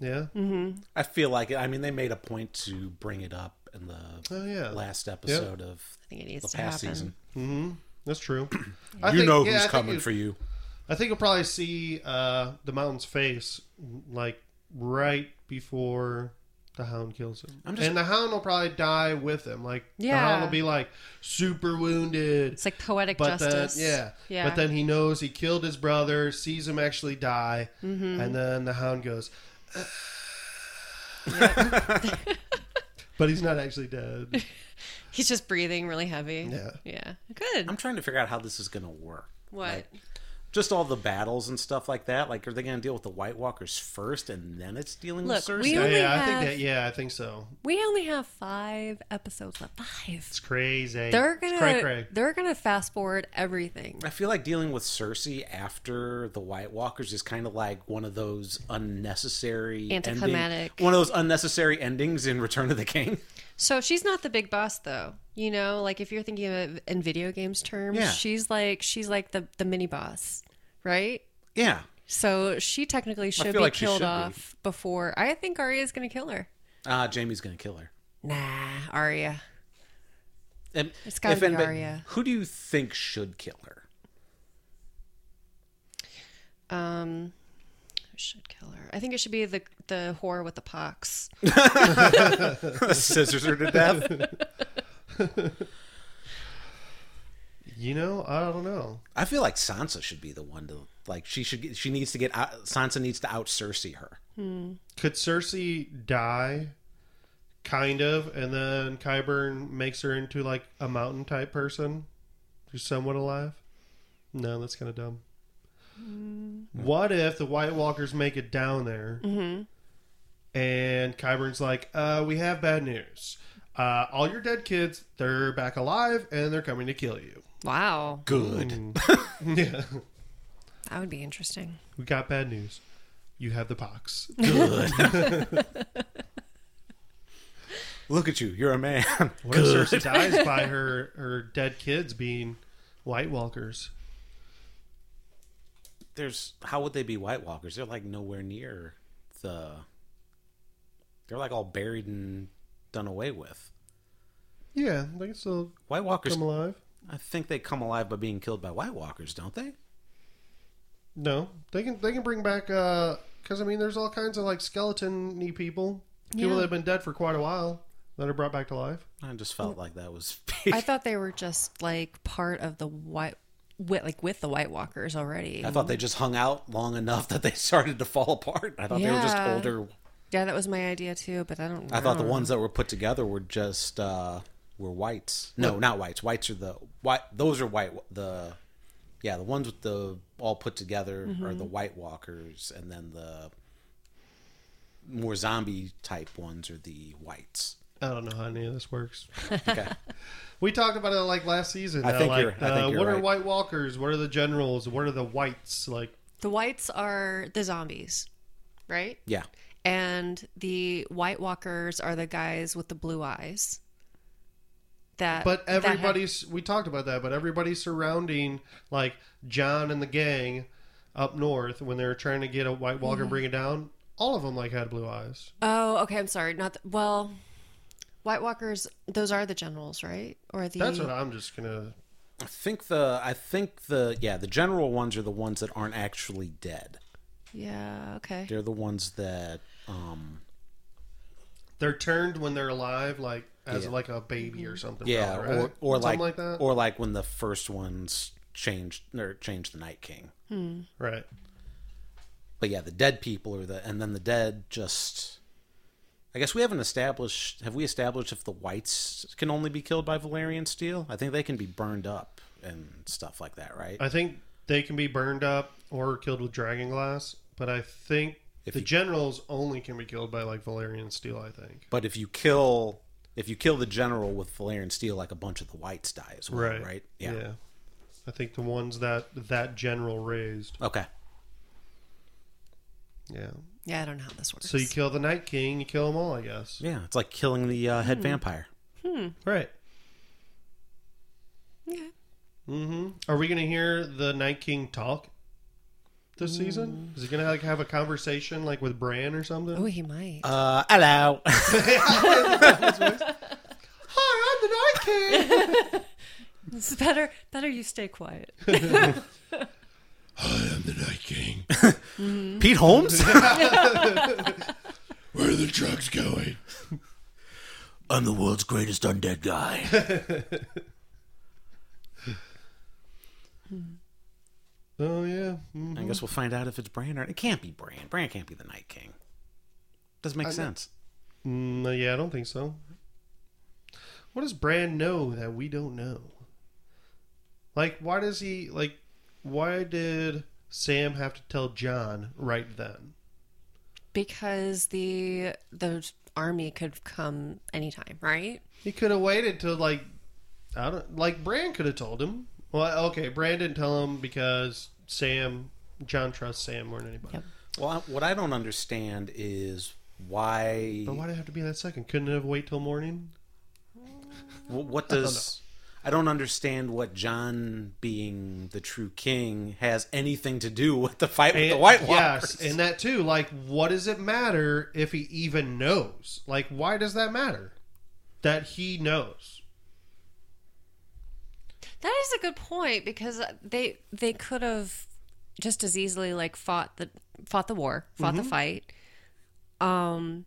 Speaker 2: Yeah.
Speaker 3: Mm.
Speaker 1: I feel like it. I mean, they made a point to bring it up in the
Speaker 2: Oh yeah.
Speaker 1: last episode of
Speaker 3: I think it needs
Speaker 1: the
Speaker 3: to
Speaker 1: past
Speaker 3: happen.
Speaker 1: season.
Speaker 2: That's true.
Speaker 1: You know who's
Speaker 2: yeah, I think
Speaker 1: coming
Speaker 2: it-
Speaker 1: for you.
Speaker 2: I think you'll probably see uh, the mountain's face like right before the hound kills him.
Speaker 1: I'm just-
Speaker 2: and the hound will probably die with him. Like the
Speaker 3: Yeah.
Speaker 2: hound will be like super wounded.
Speaker 3: It's like poetic
Speaker 2: But then,
Speaker 3: justice.
Speaker 2: yeah.
Speaker 3: Yeah.
Speaker 2: But then he knows he killed his brother, sees him actually die,
Speaker 3: Mm-hmm.
Speaker 2: and then the hound goes. but he's not actually dead.
Speaker 3: he's just breathing really heavy.
Speaker 2: Yeah.
Speaker 3: Yeah. Good.
Speaker 1: I'm trying to figure out how this is going to work.
Speaker 3: what?
Speaker 1: Just all the battles and stuff like that. Like, are they going to deal with the White Walkers first, and then it's dealing
Speaker 3: Look,
Speaker 1: with Cersei?
Speaker 3: we-
Speaker 2: Yeah,
Speaker 3: only
Speaker 2: Uh, yeah, I
Speaker 3: have-
Speaker 2: think that. Yeah, I think so.
Speaker 3: we only have five episodes left. Five.
Speaker 2: It's crazy.
Speaker 3: They're
Speaker 2: It's
Speaker 3: gonna
Speaker 2: cray cray.
Speaker 3: they're gonna fast forward everything.
Speaker 1: I feel like dealing with Cersei after the White Walkers is kind of like one of those unnecessary, ending-
Speaker 3: Anticlimactic.
Speaker 1: one of those unnecessary endings in Return of the King.
Speaker 3: So she's not the big boss though. You know, like if you're thinking of it in video games terms,
Speaker 1: Yeah.
Speaker 3: she's like she's like the the mini boss, right?
Speaker 1: Yeah,
Speaker 3: So she technically should be
Speaker 1: feel like she
Speaker 3: killed
Speaker 1: should be.
Speaker 3: off before I think Arya's gonna kill her.
Speaker 1: uh, Jamie's going to kill her.
Speaker 3: Nah, Arya.
Speaker 1: And
Speaker 3: It's gotta
Speaker 1: if
Speaker 3: be
Speaker 1: anybody-
Speaker 3: Arya.
Speaker 1: Who do you think should kill her?
Speaker 3: Um who should kill her. I think it should be the the whore with the pox.
Speaker 1: Scissors her to death.
Speaker 2: You know, I don't know.
Speaker 1: I feel like Sansa should be the one to like. She should. Get, she needs to get out. Sansa needs to out Cersei her.
Speaker 2: Could Cersei die? Kind of, and then Kyburn makes her into like a mountain type person who's somewhat alive. No, that's kind of dumb. What if the White Walkers make it down there, and Kyburn's like, uh, "We have bad news. Uh, all your dead kids, they're back alive, and they're coming to kill you."
Speaker 3: Wow.
Speaker 1: Good.
Speaker 2: yeah,
Speaker 3: That would be interesting.
Speaker 2: we got bad news. You have the pox.
Speaker 1: Look at you. You're a man.
Speaker 2: What if Cersei dies by her her dead kids being White Walkers?
Speaker 1: There's how would they be White Walkers? They're like nowhere near the. They're like all buried and done away with.
Speaker 2: Yeah, they can still
Speaker 1: White Walkers.
Speaker 2: come alive.
Speaker 1: I think they come alive by being killed by White Walkers, don't they?
Speaker 2: No, they can they can bring back because I mean, there's all kinds of like skeleton-y people, people
Speaker 3: Yeah.
Speaker 2: that have been dead for quite a while that are brought back to life.
Speaker 1: I just felt like that was.
Speaker 3: Mm. I thought they were just like part of the white with, like with the White Walkers already.
Speaker 1: I thought they just hung out long enough that they started to fall apart. I thought they were just
Speaker 3: Yeah.
Speaker 1: older
Speaker 3: Yeah, that was my idea too, but I don't.
Speaker 1: I thought the
Speaker 3: know.
Speaker 1: ones that were put together were just uh were whites. No, not whites. Whites are the white. Those are white. The yeah, the ones with the all put together are the White Walkers, and then the more zombie type ones are the whites.
Speaker 2: I don't know how any of this works.
Speaker 1: Okay,
Speaker 2: We talked about it like last season.
Speaker 1: I
Speaker 2: uh,
Speaker 1: think
Speaker 2: like,
Speaker 1: you're- I think
Speaker 2: uh,
Speaker 1: you're
Speaker 2: what are
Speaker 1: right.
Speaker 2: White Walkers? What are the generals? What are the whites like?
Speaker 3: The whites are the zombies, right?
Speaker 1: yeah,
Speaker 3: And the White Walkers are the guys with the blue eyes. That
Speaker 2: But uh,
Speaker 3: that have-
Speaker 2: everybody's we talked about that, but everybody surrounding like John and the gang up north when they were trying to get a White Walker and bring it down, all of them like had blue eyes.
Speaker 3: oh, okay. I'm sorry. Not the, well. White Walkers. Those are the generals, right? Or the
Speaker 2: That's what I'm just gonna.
Speaker 1: I think the I think the yeah the general ones are the ones that aren't actually dead.
Speaker 3: yeah. Okay.
Speaker 1: They're the ones that um
Speaker 2: They're turned when they're alive, like as
Speaker 1: Yeah.
Speaker 2: like a baby or something.
Speaker 1: yeah
Speaker 2: probably, right?
Speaker 1: or or
Speaker 2: something
Speaker 1: like,
Speaker 2: like that.
Speaker 1: or like when the first ones changed or changed the Night King.
Speaker 2: right.
Speaker 1: but yeah, the dead people are the and then the dead just. I guess we haven't established. Have we established if the whites can only be killed by Valerian steel? I think they can be burned up and stuff like that, right?
Speaker 2: I think they can be burned up or killed with dragon glass, but I think
Speaker 1: If
Speaker 2: the
Speaker 1: you-
Speaker 2: generals only can be killed by like Valerian steel. I think.
Speaker 1: But if you kill if you kill the general with Valerian steel, like a bunch of the whites die as well, right?
Speaker 2: Yeah. I think the ones that that general raised.
Speaker 1: Okay.
Speaker 2: Yeah.
Speaker 3: Yeah, I don't know how this works.
Speaker 2: So you kill the Night King, you kill them all, I guess.
Speaker 1: Yeah, it's like killing the uh, head vampire.
Speaker 2: Right.
Speaker 3: yeah.
Speaker 2: hmm Are we going to hear the Night King talk this season? Is he going to like have a conversation like with Bran or something?
Speaker 3: Oh, he might.
Speaker 1: Uh, hello.
Speaker 2: Hi, I'm the Night King.
Speaker 3: It's better. Better you stay quiet.
Speaker 5: I am the Night King.
Speaker 1: Pete Holmes.
Speaker 5: Where are the trucks going?
Speaker 1: I'm the world's greatest undead guy.
Speaker 2: oh yeah. Mm.
Speaker 1: I guess we'll find out if it's Bran or it can't be Bran. Bran can't be the Night King. Doesn't make sense.
Speaker 2: Mm, yeah, I don't think so. What does Bran know that we don't know? Like, why does he like? Why did Sam have to tell John right then?
Speaker 3: because the the army could come anytime, right?
Speaker 2: He could have waited till like, I don't like Bran could have told him. Well, okay, Bran didn't tell him because Sam, John trusts Sam more than anybody.
Speaker 3: Yep.
Speaker 1: Well, I- what I don't understand is why.
Speaker 2: But why did it have to be that second? Couldn't it have wait till morning?
Speaker 1: wh- What does. I don't understand what John being the true king has anything to do with the fight with the
Speaker 2: And-
Speaker 1: White Walkers.
Speaker 2: Eh, yes, and that too. Like, what does it matter if he even knows? Like, why does that matter that he knows?
Speaker 3: That is a good point because they they could have just as easily like fought the fought the war, fought the fight. Um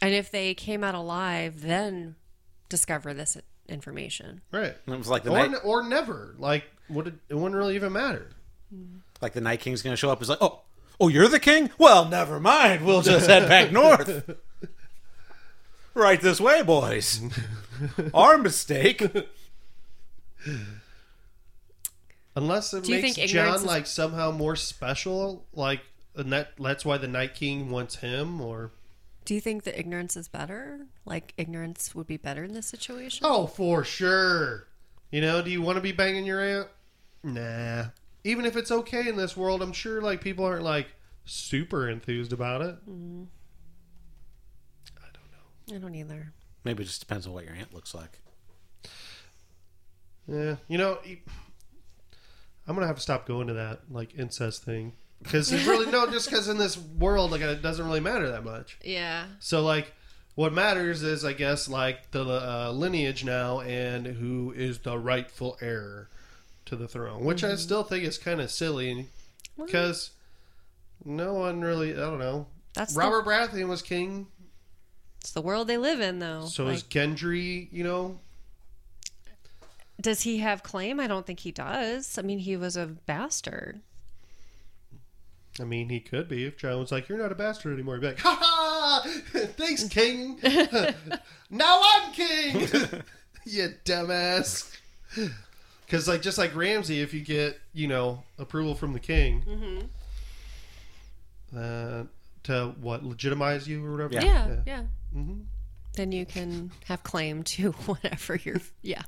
Speaker 3: and if they came out alive, then discover this information.
Speaker 2: Right.
Speaker 1: And it was like the
Speaker 2: Or,
Speaker 1: night,
Speaker 2: or never. Like, would it, it wouldn't really even matter.
Speaker 1: like the Night King's gonna show up. It's like, oh, oh, you're the king? Well, never mind. We'll just head back north. right this way, boys. Our mistake.
Speaker 2: Unless it
Speaker 3: Do you
Speaker 2: makes
Speaker 3: think
Speaker 2: John
Speaker 3: ignorance is-
Speaker 2: like somehow more special. Like, and that that's why the Night King wants him. Or
Speaker 3: Do you think that ignorance is better? Like ignorance would be better in this situation?
Speaker 2: oh, for sure. You know, do you want to be banging your aunt? Nah. Even if it's okay in this world, I'm sure like people aren't like super enthused about it.
Speaker 3: I don't either.
Speaker 1: Maybe it just depends on what your aunt looks like.
Speaker 2: Yeah, you know, e- I'm gonna have to stop going to that like incest thing because it really no, just because in this world, like it doesn't really matter that much.
Speaker 3: Yeah.
Speaker 2: So like, what matters is I guess like the uh, lineage now and who is the rightful heir to the throne, which I still think is kind of silly because no one really, I don't know.
Speaker 3: That's
Speaker 2: Robert Baratheon was king,
Speaker 3: The, it's the world they live in though.
Speaker 2: so
Speaker 3: Like,
Speaker 2: is Gendry. You know,
Speaker 3: does he have claim? I don't think he does. I mean, he was a bastard.
Speaker 2: I mean, he could be if John was like, "You're not a bastard anymore." He'd be like, "Ha ha! Thanks, King. now I'm king. you dumbass." Because like just like Ramsey, if you get you know approval from the king, uh, to what legitimize you or whatever.
Speaker 1: Yeah. Mm-hmm.
Speaker 3: Yeah,
Speaker 2: Yeah.
Speaker 3: yeah. Then you can have claim to whatever you're. Yeah.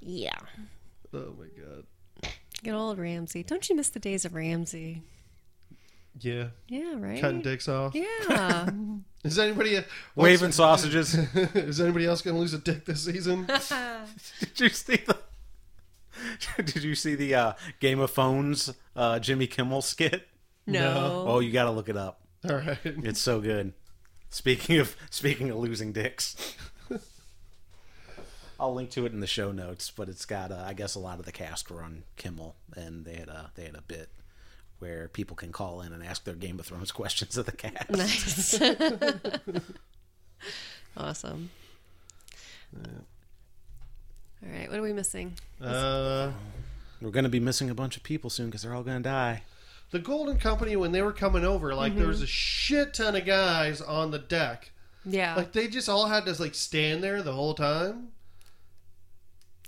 Speaker 3: Yeah.
Speaker 2: Oh my god.
Speaker 3: Good old Ramsey. Don't you miss the days of Ramsey?
Speaker 2: Yeah,
Speaker 3: Yeah, right?
Speaker 2: cutting dicks off.
Speaker 3: Yeah.
Speaker 2: Is anybody uh,
Speaker 1: Waving sausages.
Speaker 2: Is anybody else going to lose a dick this season?
Speaker 1: Did you see the? Did you see the uh, Game of Phones uh, Jimmy Kimmel skit?
Speaker 3: no.
Speaker 1: Oh, you got to look it up.
Speaker 2: All right.
Speaker 1: It's so good. Speaking of speaking of losing dicks, I'll link to it in the show notes. But it's got, uh, I guess, a lot of the cast were on Kimmel, and they had a they had a bit where people can call in and ask their Game of Thrones questions of the cast.
Speaker 3: Nice. awesome. All right. What are we missing?
Speaker 2: Uh,
Speaker 1: We're gonna be missing a bunch of people soon because they're all gonna die.
Speaker 2: the Golden Company when they were coming over, like there
Speaker 3: Mm-hmm.
Speaker 2: was a shit ton of guys on the deck.
Speaker 3: Yeah.
Speaker 2: Like they just all had to like stand there the whole time.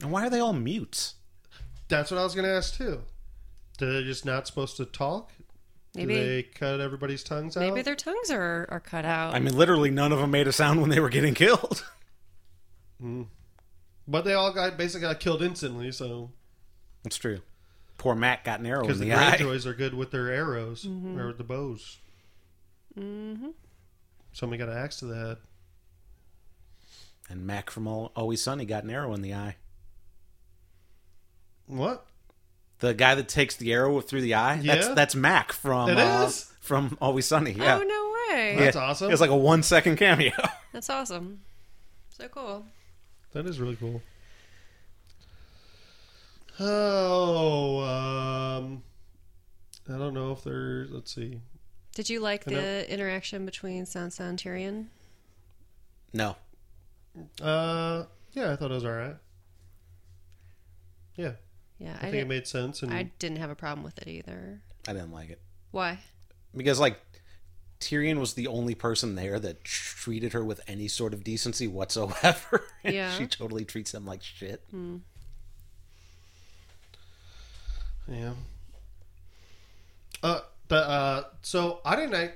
Speaker 1: And why are they all mutes?
Speaker 2: That's what I was gonna ask too. They're just not supposed to talk.
Speaker 3: maybe
Speaker 2: Do they cut everybody's tongues out?
Speaker 3: maybe their tongues are, are cut out.
Speaker 1: I mean, literally none of them made a sound when they were getting killed.
Speaker 2: but they all got basically got killed instantly. So
Speaker 1: That's true. Poor Matt got an arrow in
Speaker 2: because the
Speaker 1: the eye.
Speaker 2: Greyjoys are good with their arrows or the bows. Mm-hmm.
Speaker 3: Mm-hmm.
Speaker 2: Somebody got an axe to the head.
Speaker 1: And Mac from Al- Always Sunny got an arrow in the eye.
Speaker 2: What?
Speaker 1: The guy that takes the arrow through the eye.
Speaker 2: Yeah.
Speaker 1: That's that's Mac from
Speaker 2: It
Speaker 1: uh,
Speaker 2: is?
Speaker 1: from Always Sunny. Yeah.
Speaker 3: Oh no way.
Speaker 1: Yeah.
Speaker 2: That's awesome.
Speaker 1: It was like a one second cameo.
Speaker 3: That's awesome. So cool.
Speaker 2: That is really cool. Oh, um, I don't know if there. Let's see.
Speaker 3: Did you like
Speaker 2: I know.
Speaker 3: the interaction between Sansa and Tyrion?
Speaker 1: no.
Speaker 2: Uh, yeah, I thought it was all right. Yeah,
Speaker 3: Yeah,
Speaker 2: I,
Speaker 3: I,
Speaker 2: think it
Speaker 3: didn't,
Speaker 2: made sense. And
Speaker 3: I didn't have a problem with it either.
Speaker 1: I didn't like it.
Speaker 3: Why?
Speaker 1: Because like Tyrion was the only person there that treated her with any sort of decency whatsoever. And
Speaker 3: Yeah. Hmm.
Speaker 1: She totally treats him like shit.
Speaker 2: yeah. Uh, the uh, so I didn't. I,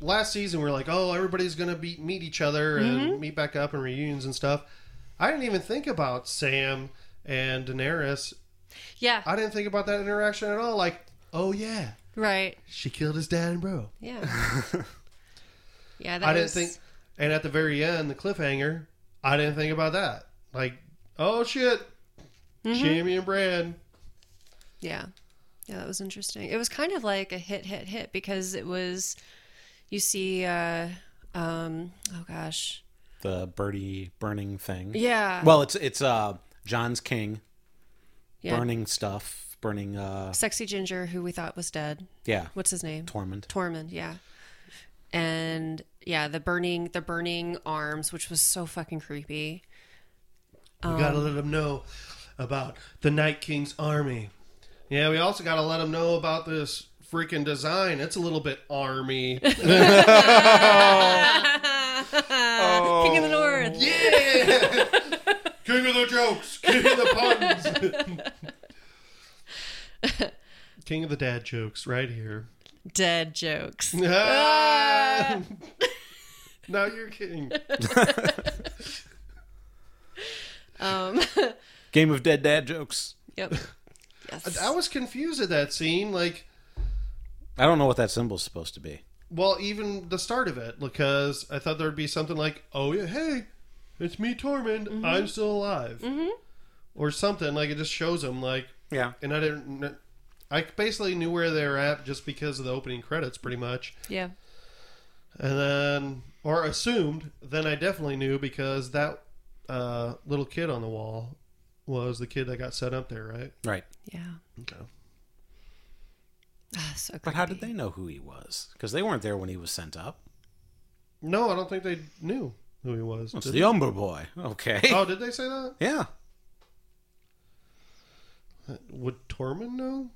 Speaker 2: last season we were like, oh, everybody's gonna be meet each other and meet back up and reunions and stuff. I didn't even think about Sam and Daenerys
Speaker 3: Yeah.
Speaker 2: I didn't think about that interaction at all. Like, oh yeah,
Speaker 3: right.
Speaker 2: she killed his dad and bro.
Speaker 3: Yeah. yeah. That
Speaker 2: I didn't
Speaker 3: was,
Speaker 2: think. And at the very end, the cliffhanger, I didn't think about that. Like, oh shit, Jamie and Brad.
Speaker 3: Yeah. Yeah, that was interesting. It was kind of like a hit, hit, hit because it was, you see, uh, um, oh gosh.
Speaker 1: The birdie burning thing.
Speaker 3: Yeah.
Speaker 1: Well, it's it's uh John's king
Speaker 3: yeah.
Speaker 1: burning stuff, burning uh
Speaker 3: Sexy Ginger, who we thought was dead.
Speaker 1: yeah,
Speaker 3: What's his name?
Speaker 1: Tormund.
Speaker 3: Tormund, yeah. And yeah, the burning the burning arms, which was so fucking creepy.
Speaker 2: we gotta let them know about the Night King's army. Yeah, we also gotta let them know about this freaking design. It's a little bit army.
Speaker 3: Uh, King of the North.
Speaker 2: yeah, king of the jokes, king of the puns. King of the dad jokes, right here.
Speaker 3: Dead jokes.
Speaker 2: Ah! now you're kidding.
Speaker 1: Game of Dead Dad jokes.
Speaker 3: Yep. Yes.
Speaker 2: I was confused at that scene. Like,
Speaker 1: I don't know what that symbol's supposed to be.
Speaker 2: well, even the start of it, because I thought there'd be something like, "Oh yeah, hey, it's me, Tormund. I'm still alive," or something. Like it just shows him. Like,
Speaker 1: Yeah.
Speaker 2: and I didn't. kn- I basically knew where they were at just because of the opening credits, pretty much,
Speaker 3: Yeah.
Speaker 2: and then or assumed. Then I definitely knew because that uh, little kid on the wall was the kid that got set up there, right?
Speaker 1: Right.
Speaker 3: Yeah.
Speaker 2: Okay.
Speaker 3: Ah, so
Speaker 1: But how did
Speaker 3: creepy.
Speaker 1: they know who he was? Because they weren't there when he was sent up.
Speaker 2: No, I don't think they knew who he was.
Speaker 1: It's
Speaker 2: Did-
Speaker 1: the Umber Boy. Okay.
Speaker 2: oh, did they say that?
Speaker 1: Yeah.
Speaker 2: Would Tormund know?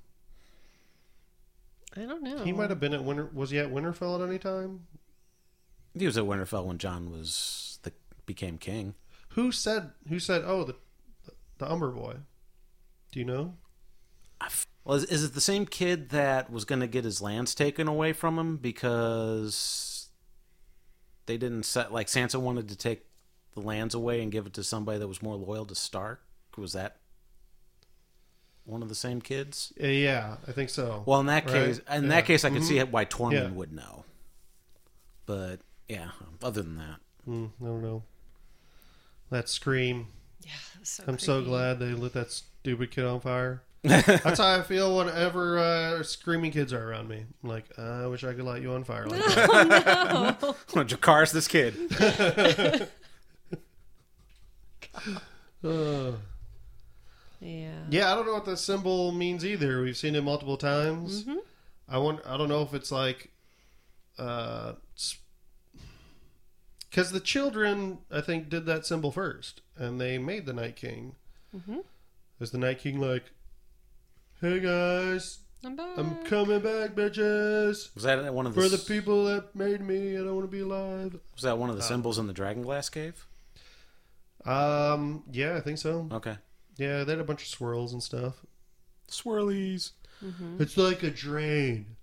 Speaker 3: I don't know.
Speaker 2: He might have been at Winter. Was he at Winterfell at any time?
Speaker 1: He was at Winterfell when John was the became king.
Speaker 2: Who said? Who said? Oh, the the Umber Boy. Do you know?
Speaker 1: I f- Well, is, is it the same kid that was going to get his lands taken away from him because they didn't set like Sansa wanted to take the lands away and give it to somebody that was more loyal to Stark? Was that one of the same kids?
Speaker 2: Uh, Yeah, I think so.
Speaker 1: Well, in that
Speaker 2: Right?
Speaker 1: case, in
Speaker 2: Yeah. Mm-hmm.
Speaker 1: that case, I could see why Tormund
Speaker 2: Yeah.
Speaker 1: would know. But yeah, other than that,
Speaker 2: Mm, I don't know. That scream.
Speaker 3: That was so
Speaker 2: I'm so
Speaker 3: creepy.
Speaker 2: glad they lit that stupid kid on fire. That's how I feel whenever uh, screaming kids are around me. I'm like, I wish I could light you on fire. Like that.
Speaker 1: I'm gonna Jakar's this kid.
Speaker 2: Ugh.
Speaker 3: Yeah.
Speaker 2: Yeah, I don't know what the symbol means either. We've seen it multiple times. I want. I don't know if it's like, because the children I think did that symbol first, and they made the Night King. Is the Night King like, hey guys,
Speaker 3: I'm back.
Speaker 2: I'm coming back, bitches.
Speaker 1: Was that one of the,
Speaker 2: For the Oh.
Speaker 1: s-
Speaker 2: people that made me, I don't want to be alive.
Speaker 1: Was that one of the symbols in the Dragonglass cave?
Speaker 2: Um, yeah, I think so.
Speaker 1: Okay.
Speaker 2: Yeah, they had a bunch of swirls and stuff.
Speaker 1: Swirlies.
Speaker 2: It's like a drain,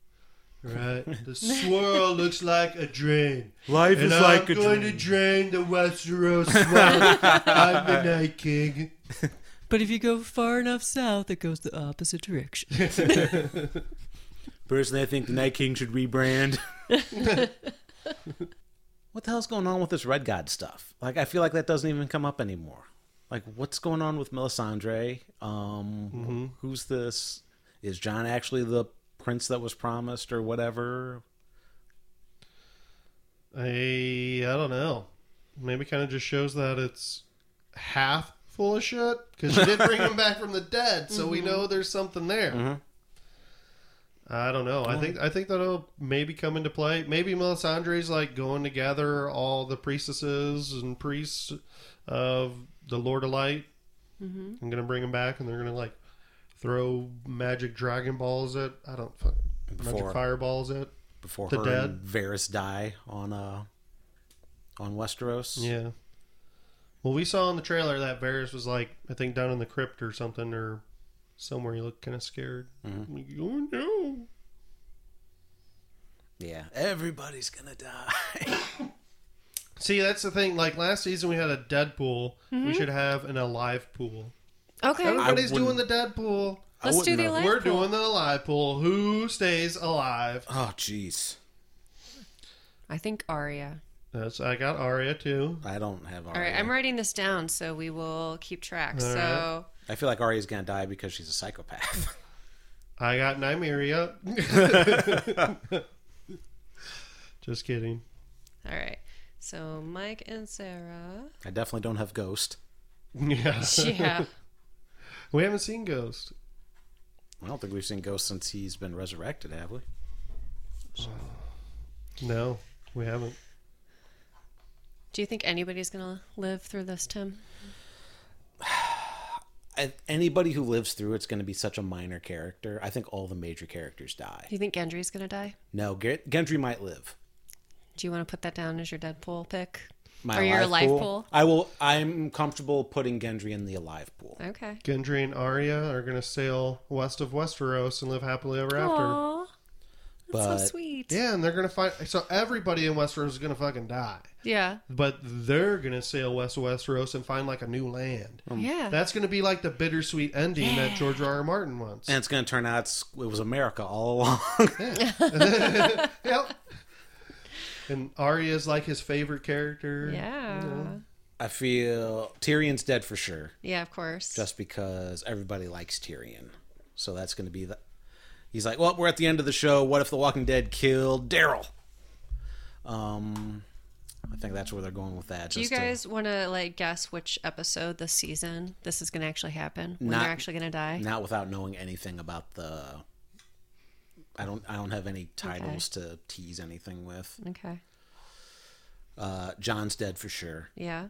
Speaker 2: right? The swirl looks like a drain.
Speaker 1: Life
Speaker 2: and I'm going to drain the Westeros swamp. I'm the Night King.
Speaker 6: But if you go far enough south, it goes the opposite direction.
Speaker 1: Personally, I think the Night King should rebrand. what the hell's going on with this Red God stuff? Like, I feel like that doesn't even come up anymore. Like, what's going on with Melisandre? Um,
Speaker 2: Mm-hmm.
Speaker 1: Who's this? Is John actually the prince that was promised or whatever?
Speaker 2: I I don't know. Maybe kind of just shows that it's half full of shit because you did bring him back from the dead, so we know there's something there. I don't know. I think I think that'll maybe come into play. Maybe Melisandre's like going to gather all the priestesses and priests of the Lord of Light. I'm gonna bring them back, and they're gonna like throw magic dragon balls at I don't fuck, magic
Speaker 1: Before.
Speaker 2: fireballs at
Speaker 1: Before
Speaker 2: The
Speaker 1: her
Speaker 2: dead.
Speaker 1: and Varys die on uh on Westeros.
Speaker 2: Yeah. Well, we saw in the trailer that Varys was like, I think down in the crypt or something, or somewhere. He looked kind of scared. Like, oh no!
Speaker 1: Yeah. Everybody's gonna die.
Speaker 2: See, that's the thing. Like last season, we had a dead pool.
Speaker 3: Mm-hmm.
Speaker 2: We should have an alive pool.
Speaker 3: okay.
Speaker 2: Everybody's doing
Speaker 1: wouldn't-
Speaker 2: the dead pool.
Speaker 3: Let's do
Speaker 1: wouldn't
Speaker 3: the
Speaker 1: have-
Speaker 3: alive
Speaker 2: We're
Speaker 3: pool.
Speaker 2: doing the alive pool. Who stays alive?
Speaker 1: Oh, jeez.
Speaker 3: I think Aria.
Speaker 2: That's I got Arya too.
Speaker 1: I don't have Arya.
Speaker 3: All right, I'm writing this down so we will keep track. so
Speaker 1: I feel like Arya's gonna die because she's a psychopath.
Speaker 2: I got Nymeria. Just kidding.
Speaker 3: all right. So Mike and Sarah.
Speaker 1: I definitely don't have Ghost.
Speaker 2: Yeah,
Speaker 3: Yeah.
Speaker 2: we haven't seen Ghost.
Speaker 1: I don't think we've seen Ghost since he's been resurrected, have we?
Speaker 2: No, we haven't.
Speaker 3: Do you think anybody's gonna live through this, Tim?
Speaker 1: I, anybody who lives through it's going to be such a minor character. I think all the major characters die.
Speaker 3: Do you think Gendry's gonna die?
Speaker 1: No, Gen- Gendry might live.
Speaker 3: Do you want to put that down as your Deadpool pick?
Speaker 1: My
Speaker 3: Or your alive
Speaker 1: pool.
Speaker 3: pool?
Speaker 1: I will. I'm comfortable putting Gendry in the alive pool.
Speaker 3: Okay.
Speaker 2: Gendry and Arya are going to sail west of Westeros and live happily ever after.
Speaker 3: Aw, that's
Speaker 1: But
Speaker 3: so sweet.
Speaker 2: Uh, Yeah, and they're going to find. So everybody in Westeros is going to fucking die.
Speaker 3: Yeah.
Speaker 2: But they're going to sail west of Westeros and find like a new land.
Speaker 3: Yeah.
Speaker 2: That's going to be like the bittersweet ending that George R. R. Martin wants.
Speaker 1: and it's going to turn out it's, it was America all along.
Speaker 2: yep. And Arya's like his favorite character.
Speaker 3: yeah.
Speaker 1: I feel Tyrion's dead for sure,
Speaker 3: Yeah, of course.
Speaker 1: just because everybody likes Tyrion. So that's going to be the. He's like, well, we're at the end of the show. What if The Walking Dead killed Daryl? Um, I think that's where they're going with that.
Speaker 3: Do you
Speaker 1: just to-
Speaker 3: guys want to like guess which episode this season this is going to actually happen when
Speaker 1: Not-
Speaker 3: they're actually going to die?
Speaker 1: not without knowing anything about the I don't I don't have any titles to tease anything with.
Speaker 3: Okay.
Speaker 1: Uh John's dead for sure.
Speaker 3: Yeah.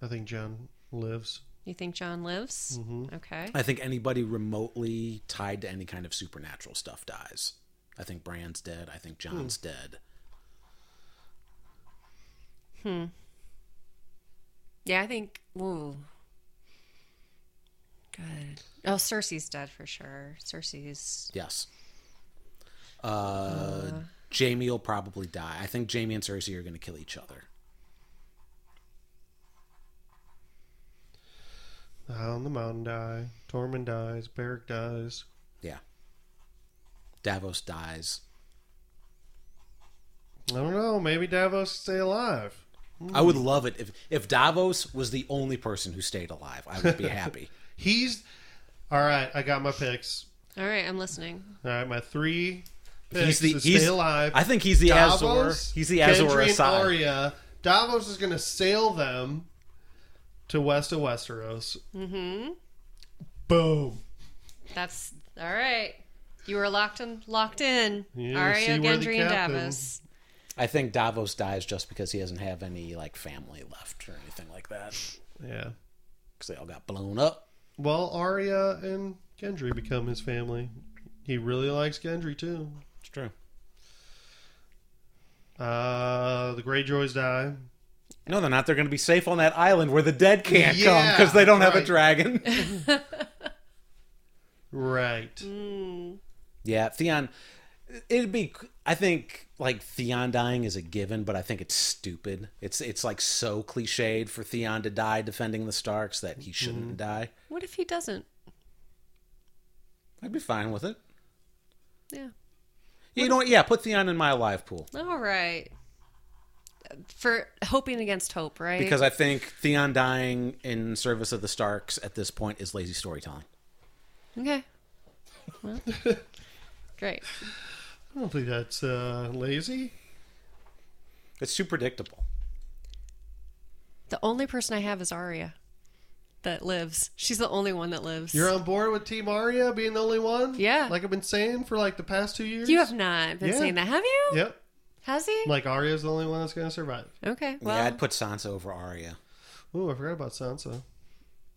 Speaker 2: I think John lives.
Speaker 3: You think John lives?
Speaker 2: Mm-hmm.
Speaker 3: Okay.
Speaker 1: I think anybody remotely tied to any kind of supernatural stuff dies. I think Bran's dead. I think John's
Speaker 2: Hmm.
Speaker 1: dead.
Speaker 3: Yeah, I think. Ooh. Good. Oh, Cersei's dead for sure. Cersei's.
Speaker 1: Yes. Uh, Jamie will probably die. I think Jamie and Cersei are going to kill each other.
Speaker 2: On the mountain die. Tormund dies. Beric dies.
Speaker 1: Yeah. Davos dies.
Speaker 2: I don't know. Maybe Davos stay alive.
Speaker 1: I would
Speaker 2: Hmm.
Speaker 1: love it if if Davos was the only person who stayed alive. I would be happy.
Speaker 2: He's all right. I got my picks.
Speaker 3: All right, I'm listening.
Speaker 2: All right, my three
Speaker 1: he's
Speaker 2: picks
Speaker 1: the
Speaker 2: is
Speaker 1: he's,
Speaker 2: stay alive.
Speaker 1: I think he's the Azor. He's the Azor
Speaker 2: Gendry, and
Speaker 1: Ahai.
Speaker 2: Arya. Davos is going to sail them to west of Westeros. Mm-hmm. Boom.
Speaker 3: That's all right. You were locked in. Locked in.
Speaker 2: Yeah,
Speaker 3: Arya,
Speaker 2: see where the
Speaker 3: Gendry, and
Speaker 2: captain-
Speaker 3: Davos.
Speaker 1: I think Davos dies just because he doesn't have any like family left or anything like that
Speaker 2: Yeah.
Speaker 1: because they all got blown up.
Speaker 2: Well, Arya and Gendry become his family. He really likes Gendry too.
Speaker 1: It's true.
Speaker 2: Uh, the Greyjoys die.
Speaker 1: No, they're not. They're going to be safe on that island where the dead can't come 'cause come
Speaker 2: Yeah,
Speaker 1: because they don't have a
Speaker 2: right.
Speaker 1: dragon.
Speaker 2: Right.
Speaker 3: Mm.
Speaker 1: yeah, Theon. It'd be. I think like Theon dying is a given, but I think it's stupid. It's it's like so cliched for Theon to die defending the Starks that he shouldn't die.
Speaker 3: What if he doesn't?
Speaker 1: I'd be fine with it.
Speaker 3: Yeah.
Speaker 1: You know what? Yeah, put Theon in my live pool
Speaker 3: All right. For hoping against hope, right?
Speaker 1: because I think Theon dying in service of the Starks at this point is lazy storytelling.
Speaker 3: okay. Well, great.
Speaker 2: I don't think that's uh, lazy.
Speaker 1: It's too predictable.
Speaker 3: The only person I have is Arya that lives. She's the only one that lives.
Speaker 2: You're on board with Team Arya being the only one?
Speaker 3: Yeah.
Speaker 2: Like I've been saying for like the past two years?
Speaker 3: you have not been
Speaker 2: Yeah.
Speaker 3: saying that, have you?
Speaker 2: Yep.
Speaker 3: Has he?
Speaker 2: Like Arya's the only one that's going to survive.
Speaker 3: okay. Well,
Speaker 1: yeah, I'd put Sansa over Arya.
Speaker 2: Ooh, I forgot about Sansa.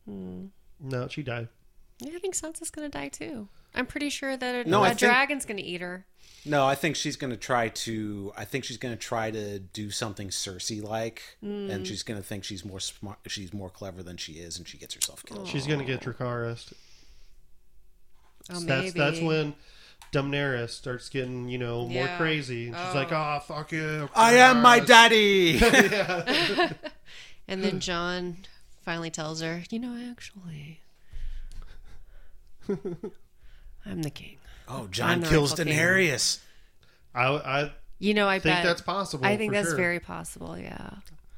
Speaker 3: Hmm.
Speaker 2: No, she died.
Speaker 3: yeah, I think Sansa's gonna die too. I'm pretty sure that a,
Speaker 1: No,
Speaker 3: a
Speaker 1: I think-
Speaker 3: dragon's gonna eat her.
Speaker 1: No, I think she's going to try to. I think she's going to try to do something Cersei like, and she's going to think she's more smart. She's more clever than she is, and she gets herself killed.
Speaker 2: She's going to get Dracarys.
Speaker 3: Oh,
Speaker 2: So
Speaker 3: maybe.
Speaker 2: that's that's when Daenerys starts getting you know more
Speaker 3: Yeah.
Speaker 2: crazy. She's like, "Oh fuck you!"
Speaker 1: I am my daddy.
Speaker 3: And then John finally tells her, "You know, actually, I'm the king.
Speaker 1: oh, John
Speaker 3: not
Speaker 1: kills
Speaker 3: fucking-
Speaker 1: Daenerys.
Speaker 2: I, I
Speaker 3: You know, I
Speaker 2: think
Speaker 3: bet
Speaker 2: that's possible.
Speaker 3: I think
Speaker 2: for
Speaker 3: that's
Speaker 2: sure.
Speaker 3: very possible. Yeah,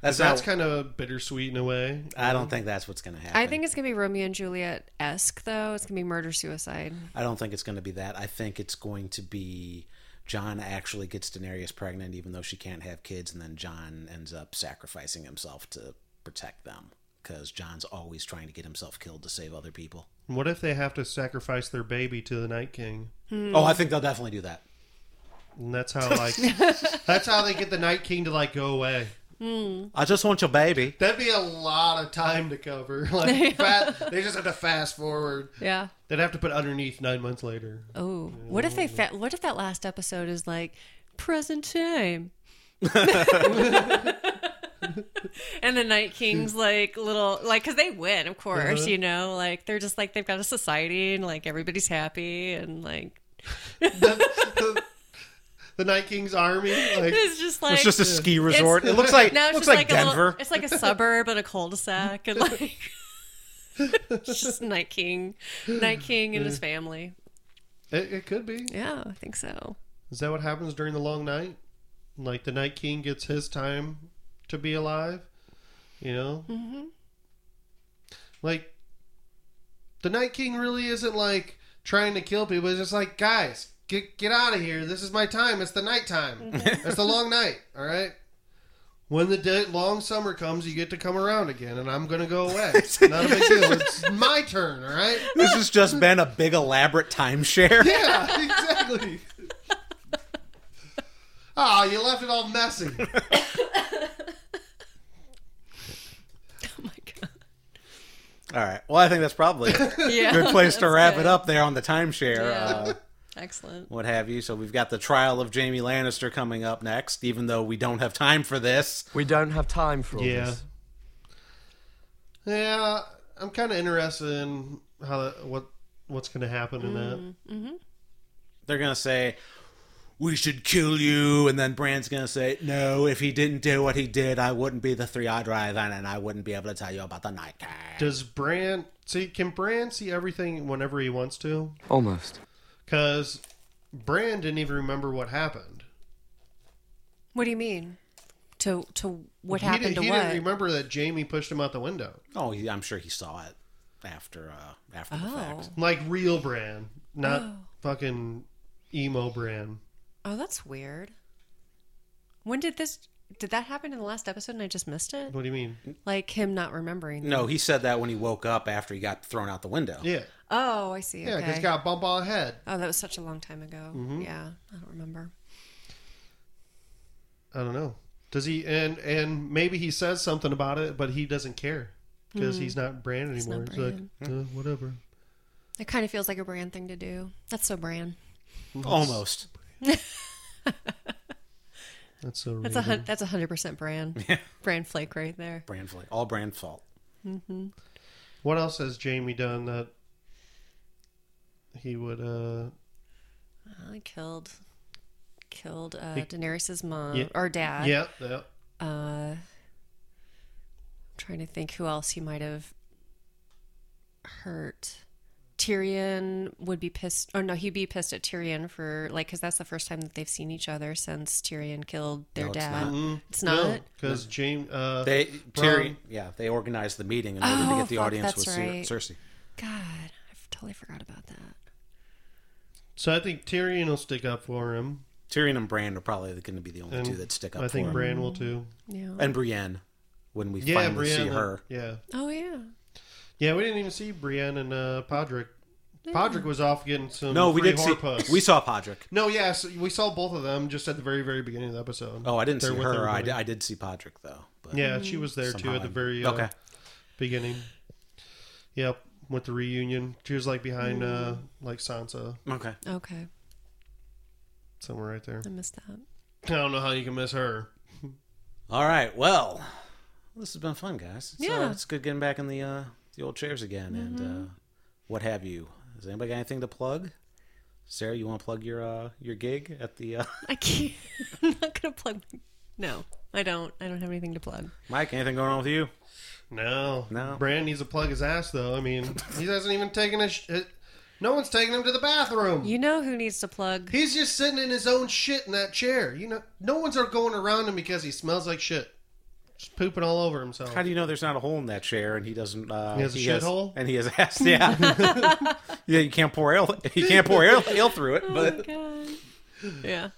Speaker 1: That's,
Speaker 2: That's
Speaker 1: not-
Speaker 2: kind of bittersweet in a way.
Speaker 1: I don't think that's what's going to happen.
Speaker 3: I think it's gonna be Romeo and Juliet esque though. It's gonna be murder suicide.
Speaker 1: I don't think it's going to be that. I think it's going to be John actually gets Daenerys pregnant, even though she can't have kids, and then John ends up sacrificing himself to protect them because John's always trying to get himself killed to save other people.
Speaker 2: What if they have to sacrifice their baby to the Night King?
Speaker 1: Oh, I think they'll definitely do that.
Speaker 2: And that's how like that's how they get the Night King to like go away.
Speaker 1: I just want your baby.
Speaker 2: That'd be a lot of time to cover. Like fat, they just have to fast forward.
Speaker 3: Yeah.
Speaker 2: They'd have to put underneath nine months later.
Speaker 3: Oh, what if they? Fa- what if that last episode is like present time? and the Night King's like little like because they win, of course.
Speaker 2: Uh-huh.
Speaker 3: You know, like they're just like they've got a society and like everybody's happy and like
Speaker 2: the, the Night King's army, like
Speaker 3: it's just like
Speaker 1: It's just a ski resort.
Speaker 2: It's-
Speaker 1: It looks like
Speaker 3: No, it's
Speaker 1: looks
Speaker 3: just
Speaker 1: like,
Speaker 3: like, a
Speaker 1: Denver.
Speaker 3: Little, it's like a suburb and a cul-de-sac, and like it's just Night King, Night King and his family.
Speaker 2: it, it could be.
Speaker 3: Yeah, I think so.
Speaker 2: Is that what happens during the long night? Like the Night King gets his time to be alive, you know? Mm-hmm. Like the Night King really isn't like trying to kill people. It's just like, guys, get get out of here. This is my time. It's the nighttime. it's the long night. All right. When the day, long summer comes, you get to come around again, and I'm gonna go away. Not a big deal. It's my turn. All right.
Speaker 1: this has just been a big elaborate timeshare.
Speaker 2: Yeah, exactly. Ah, you left it all messy.
Speaker 3: Oh my
Speaker 1: All right. Well, I think that's probably a
Speaker 3: god. Yeah.
Speaker 1: good place to
Speaker 3: that's
Speaker 1: wrap
Speaker 3: good.
Speaker 1: it up there on the timeshare, uh,
Speaker 3: Excellent.
Speaker 1: what have you. So we've got the trial of Jamie Lannister coming up next, even though we don't have time for this.
Speaker 4: We don't have time for all
Speaker 2: Yeah.
Speaker 4: this.
Speaker 2: Yeah, I'm kind of interested in how that, what what's going to happen in
Speaker 3: Mm.
Speaker 2: that.
Speaker 1: They're gonna say. We should kill you, and then Bran's gonna say, "No, if he didn't do what he did, I wouldn't be the three-eyed dragon, and I wouldn't be able to tell you about the night king."
Speaker 2: Does Bran see? Can Bran see everything whenever he wants to?
Speaker 4: Almost.
Speaker 2: Because Bran didn't even remember what happened.
Speaker 3: What do you mean? To to what
Speaker 2: he
Speaker 3: happened
Speaker 2: didn't,
Speaker 3: to
Speaker 2: he
Speaker 3: what?
Speaker 2: didn't remember that Jamie pushed him out the window.
Speaker 1: Oh, he, I'm sure he saw it after uh, after
Speaker 3: Oh.
Speaker 1: the fact.
Speaker 2: Like real Bran, not fucking emo Bran.
Speaker 3: oh, that's weird. When did this? Did that happen in the last episode and I just missed it?
Speaker 2: What do you mean?
Speaker 3: Like him not remembering.
Speaker 1: No, he said that when he woke up after he got thrown out the window.
Speaker 2: Yeah,
Speaker 3: Oh, I see.
Speaker 2: yeah. Mm-hmm.
Speaker 3: okay.
Speaker 2: Because got a bump on the head.
Speaker 3: Oh, that was such a long time ago. Yeah, I don't remember.
Speaker 2: I don't know. Does he and and maybe he says something about it, but he doesn't care because he's not Bran anymore. He's,
Speaker 3: Hmm. not
Speaker 2: like, uh, whatever.
Speaker 3: It kind of feels like a brand thing to do. That's so brand.
Speaker 1: Almost.
Speaker 2: That's so.
Speaker 3: That's a hun- that's a hundred percent brand. Brand flake right there.
Speaker 1: Brand fl- all brand fault.
Speaker 2: What else has Jamie done that he would? uh
Speaker 3: I killed killed uh,
Speaker 2: He-
Speaker 3: Daenerys's mom
Speaker 2: Yeah.
Speaker 3: or dad.
Speaker 2: Yeah, yeah.
Speaker 3: Uh, I'm trying to think who else he might have hurt. Tyrion would be pissed. Oh no, he'd be pissed at Tyrion for like because that's the first time that they've seen each other since Tyrion killed their
Speaker 1: No, it's
Speaker 3: dad.
Speaker 1: not. Mm-hmm.
Speaker 3: It's not.
Speaker 2: because Jamie. Uh,
Speaker 1: They Tyrion,
Speaker 2: Bronn-
Speaker 1: yeah, they organized the meeting in order to
Speaker 3: Oh,
Speaker 1: get the
Speaker 3: fuck,
Speaker 1: audience
Speaker 3: that's
Speaker 1: with Cer-
Speaker 3: right.
Speaker 1: Cersei.
Speaker 3: God, I f- totally forgot about that.
Speaker 2: So I think Tyrion will stick up for him.
Speaker 1: Tyrion and Bran are probably going to be the only
Speaker 2: And
Speaker 1: two that stick up
Speaker 2: I
Speaker 1: for
Speaker 2: think
Speaker 1: him.
Speaker 2: Bran will too.
Speaker 3: Yeah.
Speaker 1: and Brienne when we
Speaker 2: Yeah,
Speaker 1: finally
Speaker 2: Brienne. uh,
Speaker 1: see her.
Speaker 2: Yeah,
Speaker 3: oh yeah.
Speaker 2: yeah. We didn't even see Brienne and uh, Podrick. Podrick was off getting some.
Speaker 1: No, we
Speaker 2: free
Speaker 1: did see.
Speaker 2: horpus.
Speaker 1: We saw Podrick.
Speaker 2: No, yes, we saw both of them just at the very, very beginning of the episode.
Speaker 1: Oh, I didn't
Speaker 2: They're
Speaker 1: see
Speaker 2: with
Speaker 1: her. I
Speaker 2: everybody.
Speaker 1: did, I did see Podrick though. But
Speaker 2: Yeah, she was there too
Speaker 1: somehow
Speaker 2: at the
Speaker 1: I-
Speaker 2: very uh,
Speaker 1: okay.
Speaker 2: beginning. Yep, with the reunion, she was like behind uh like Sansa
Speaker 1: Okay.
Speaker 3: Okay,
Speaker 2: somewhere right there.
Speaker 3: I missed that.
Speaker 2: I don't know how you can miss her.
Speaker 1: All right. Well, this has been fun, guys. It's, uh,
Speaker 3: Yeah.
Speaker 1: it's good getting back in the uh, the old chairs again, and uh, what have you. Does anybody got anything to plug? Sarah, you want to plug your uh, your gig at the uh,
Speaker 3: I can't. I'm not gonna plug. No, I don't. I don't have anything to plug.
Speaker 1: Mike? Anything going on with you?
Speaker 2: No,
Speaker 1: No.
Speaker 2: Brand needs to plug his ass though. I mean, he hasn't even taken a. Sh- uh, no one's taking him to the bathroom.
Speaker 3: You know who needs to plug?
Speaker 2: He's just sitting in his own shit in that chair. You know, no one's are going around him because he smells like shit. Just pooping all over himself.
Speaker 1: How do you know there's not a hole in that chair and he doesn't? Uh,
Speaker 2: He has a shithole?
Speaker 1: and he has asked. Yeah, yeah. You can't pour ale. You can't pour ale, ale through it. But
Speaker 3: God. Yeah.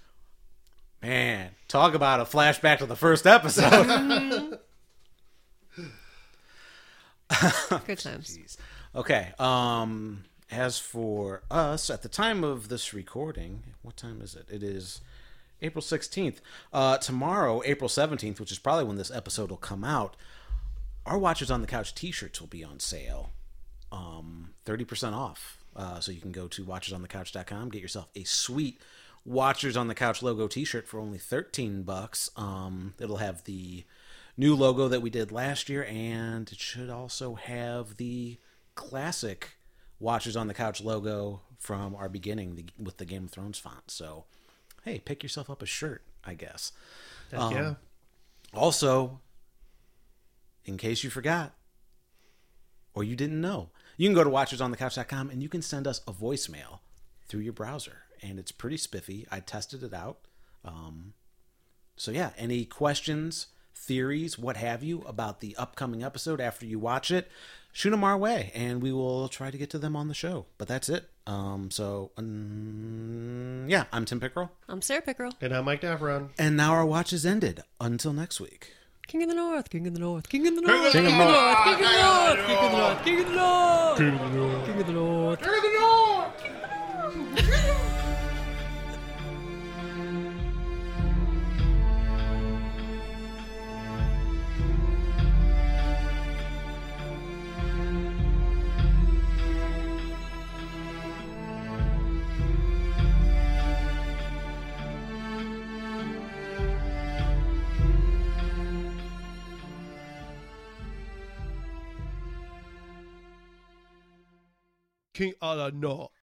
Speaker 1: man, talk about a flashback to the first episode.
Speaker 3: Good times.
Speaker 1: okay. Um. As for us, at the time of this recording, what time is it? It is April sixteenth. Uh, tomorrow, April seventeenth, which is probably when this episode will come out. Our Watchers on the Couch T-shirts will be on sale. um, 30% off. Uh, so you can go to watchersonthecouch.com, get yourself a sweet Watchers on the Couch logo t-shirt for only 13 bucks. Um, it'll have the new logo that we did last year and it should also have the classic Watchers on the Couch logo from our beginning the, with the Game of Thrones font. So, hey, pick yourself up a shirt, I guess.
Speaker 2: Heck
Speaker 1: um,
Speaker 2: yeah.
Speaker 1: Also, in case you forgot or you didn't know, you can go to watchersonthecouch.com and you can send us a voicemail through your browser. And it's pretty spiffy. I tested it out. Um, so, yeah, any questions, theories, what have you about the upcoming episode after you watch it, shoot them our way and we will try to get to them on the show. But that's it. Um, so, um, yeah, I'm Tim Pickrell.
Speaker 3: I'm Sarah Pickerel.
Speaker 2: And I'm Mike Davron.
Speaker 1: And now our watch is ended. Until next week.
Speaker 6: King of the North, King of the North, King of the North,
Speaker 1: King of the North.
Speaker 6: King of the North, Ah, King of the North, King of the North, King of the North, King of the North.
Speaker 2: King of the North.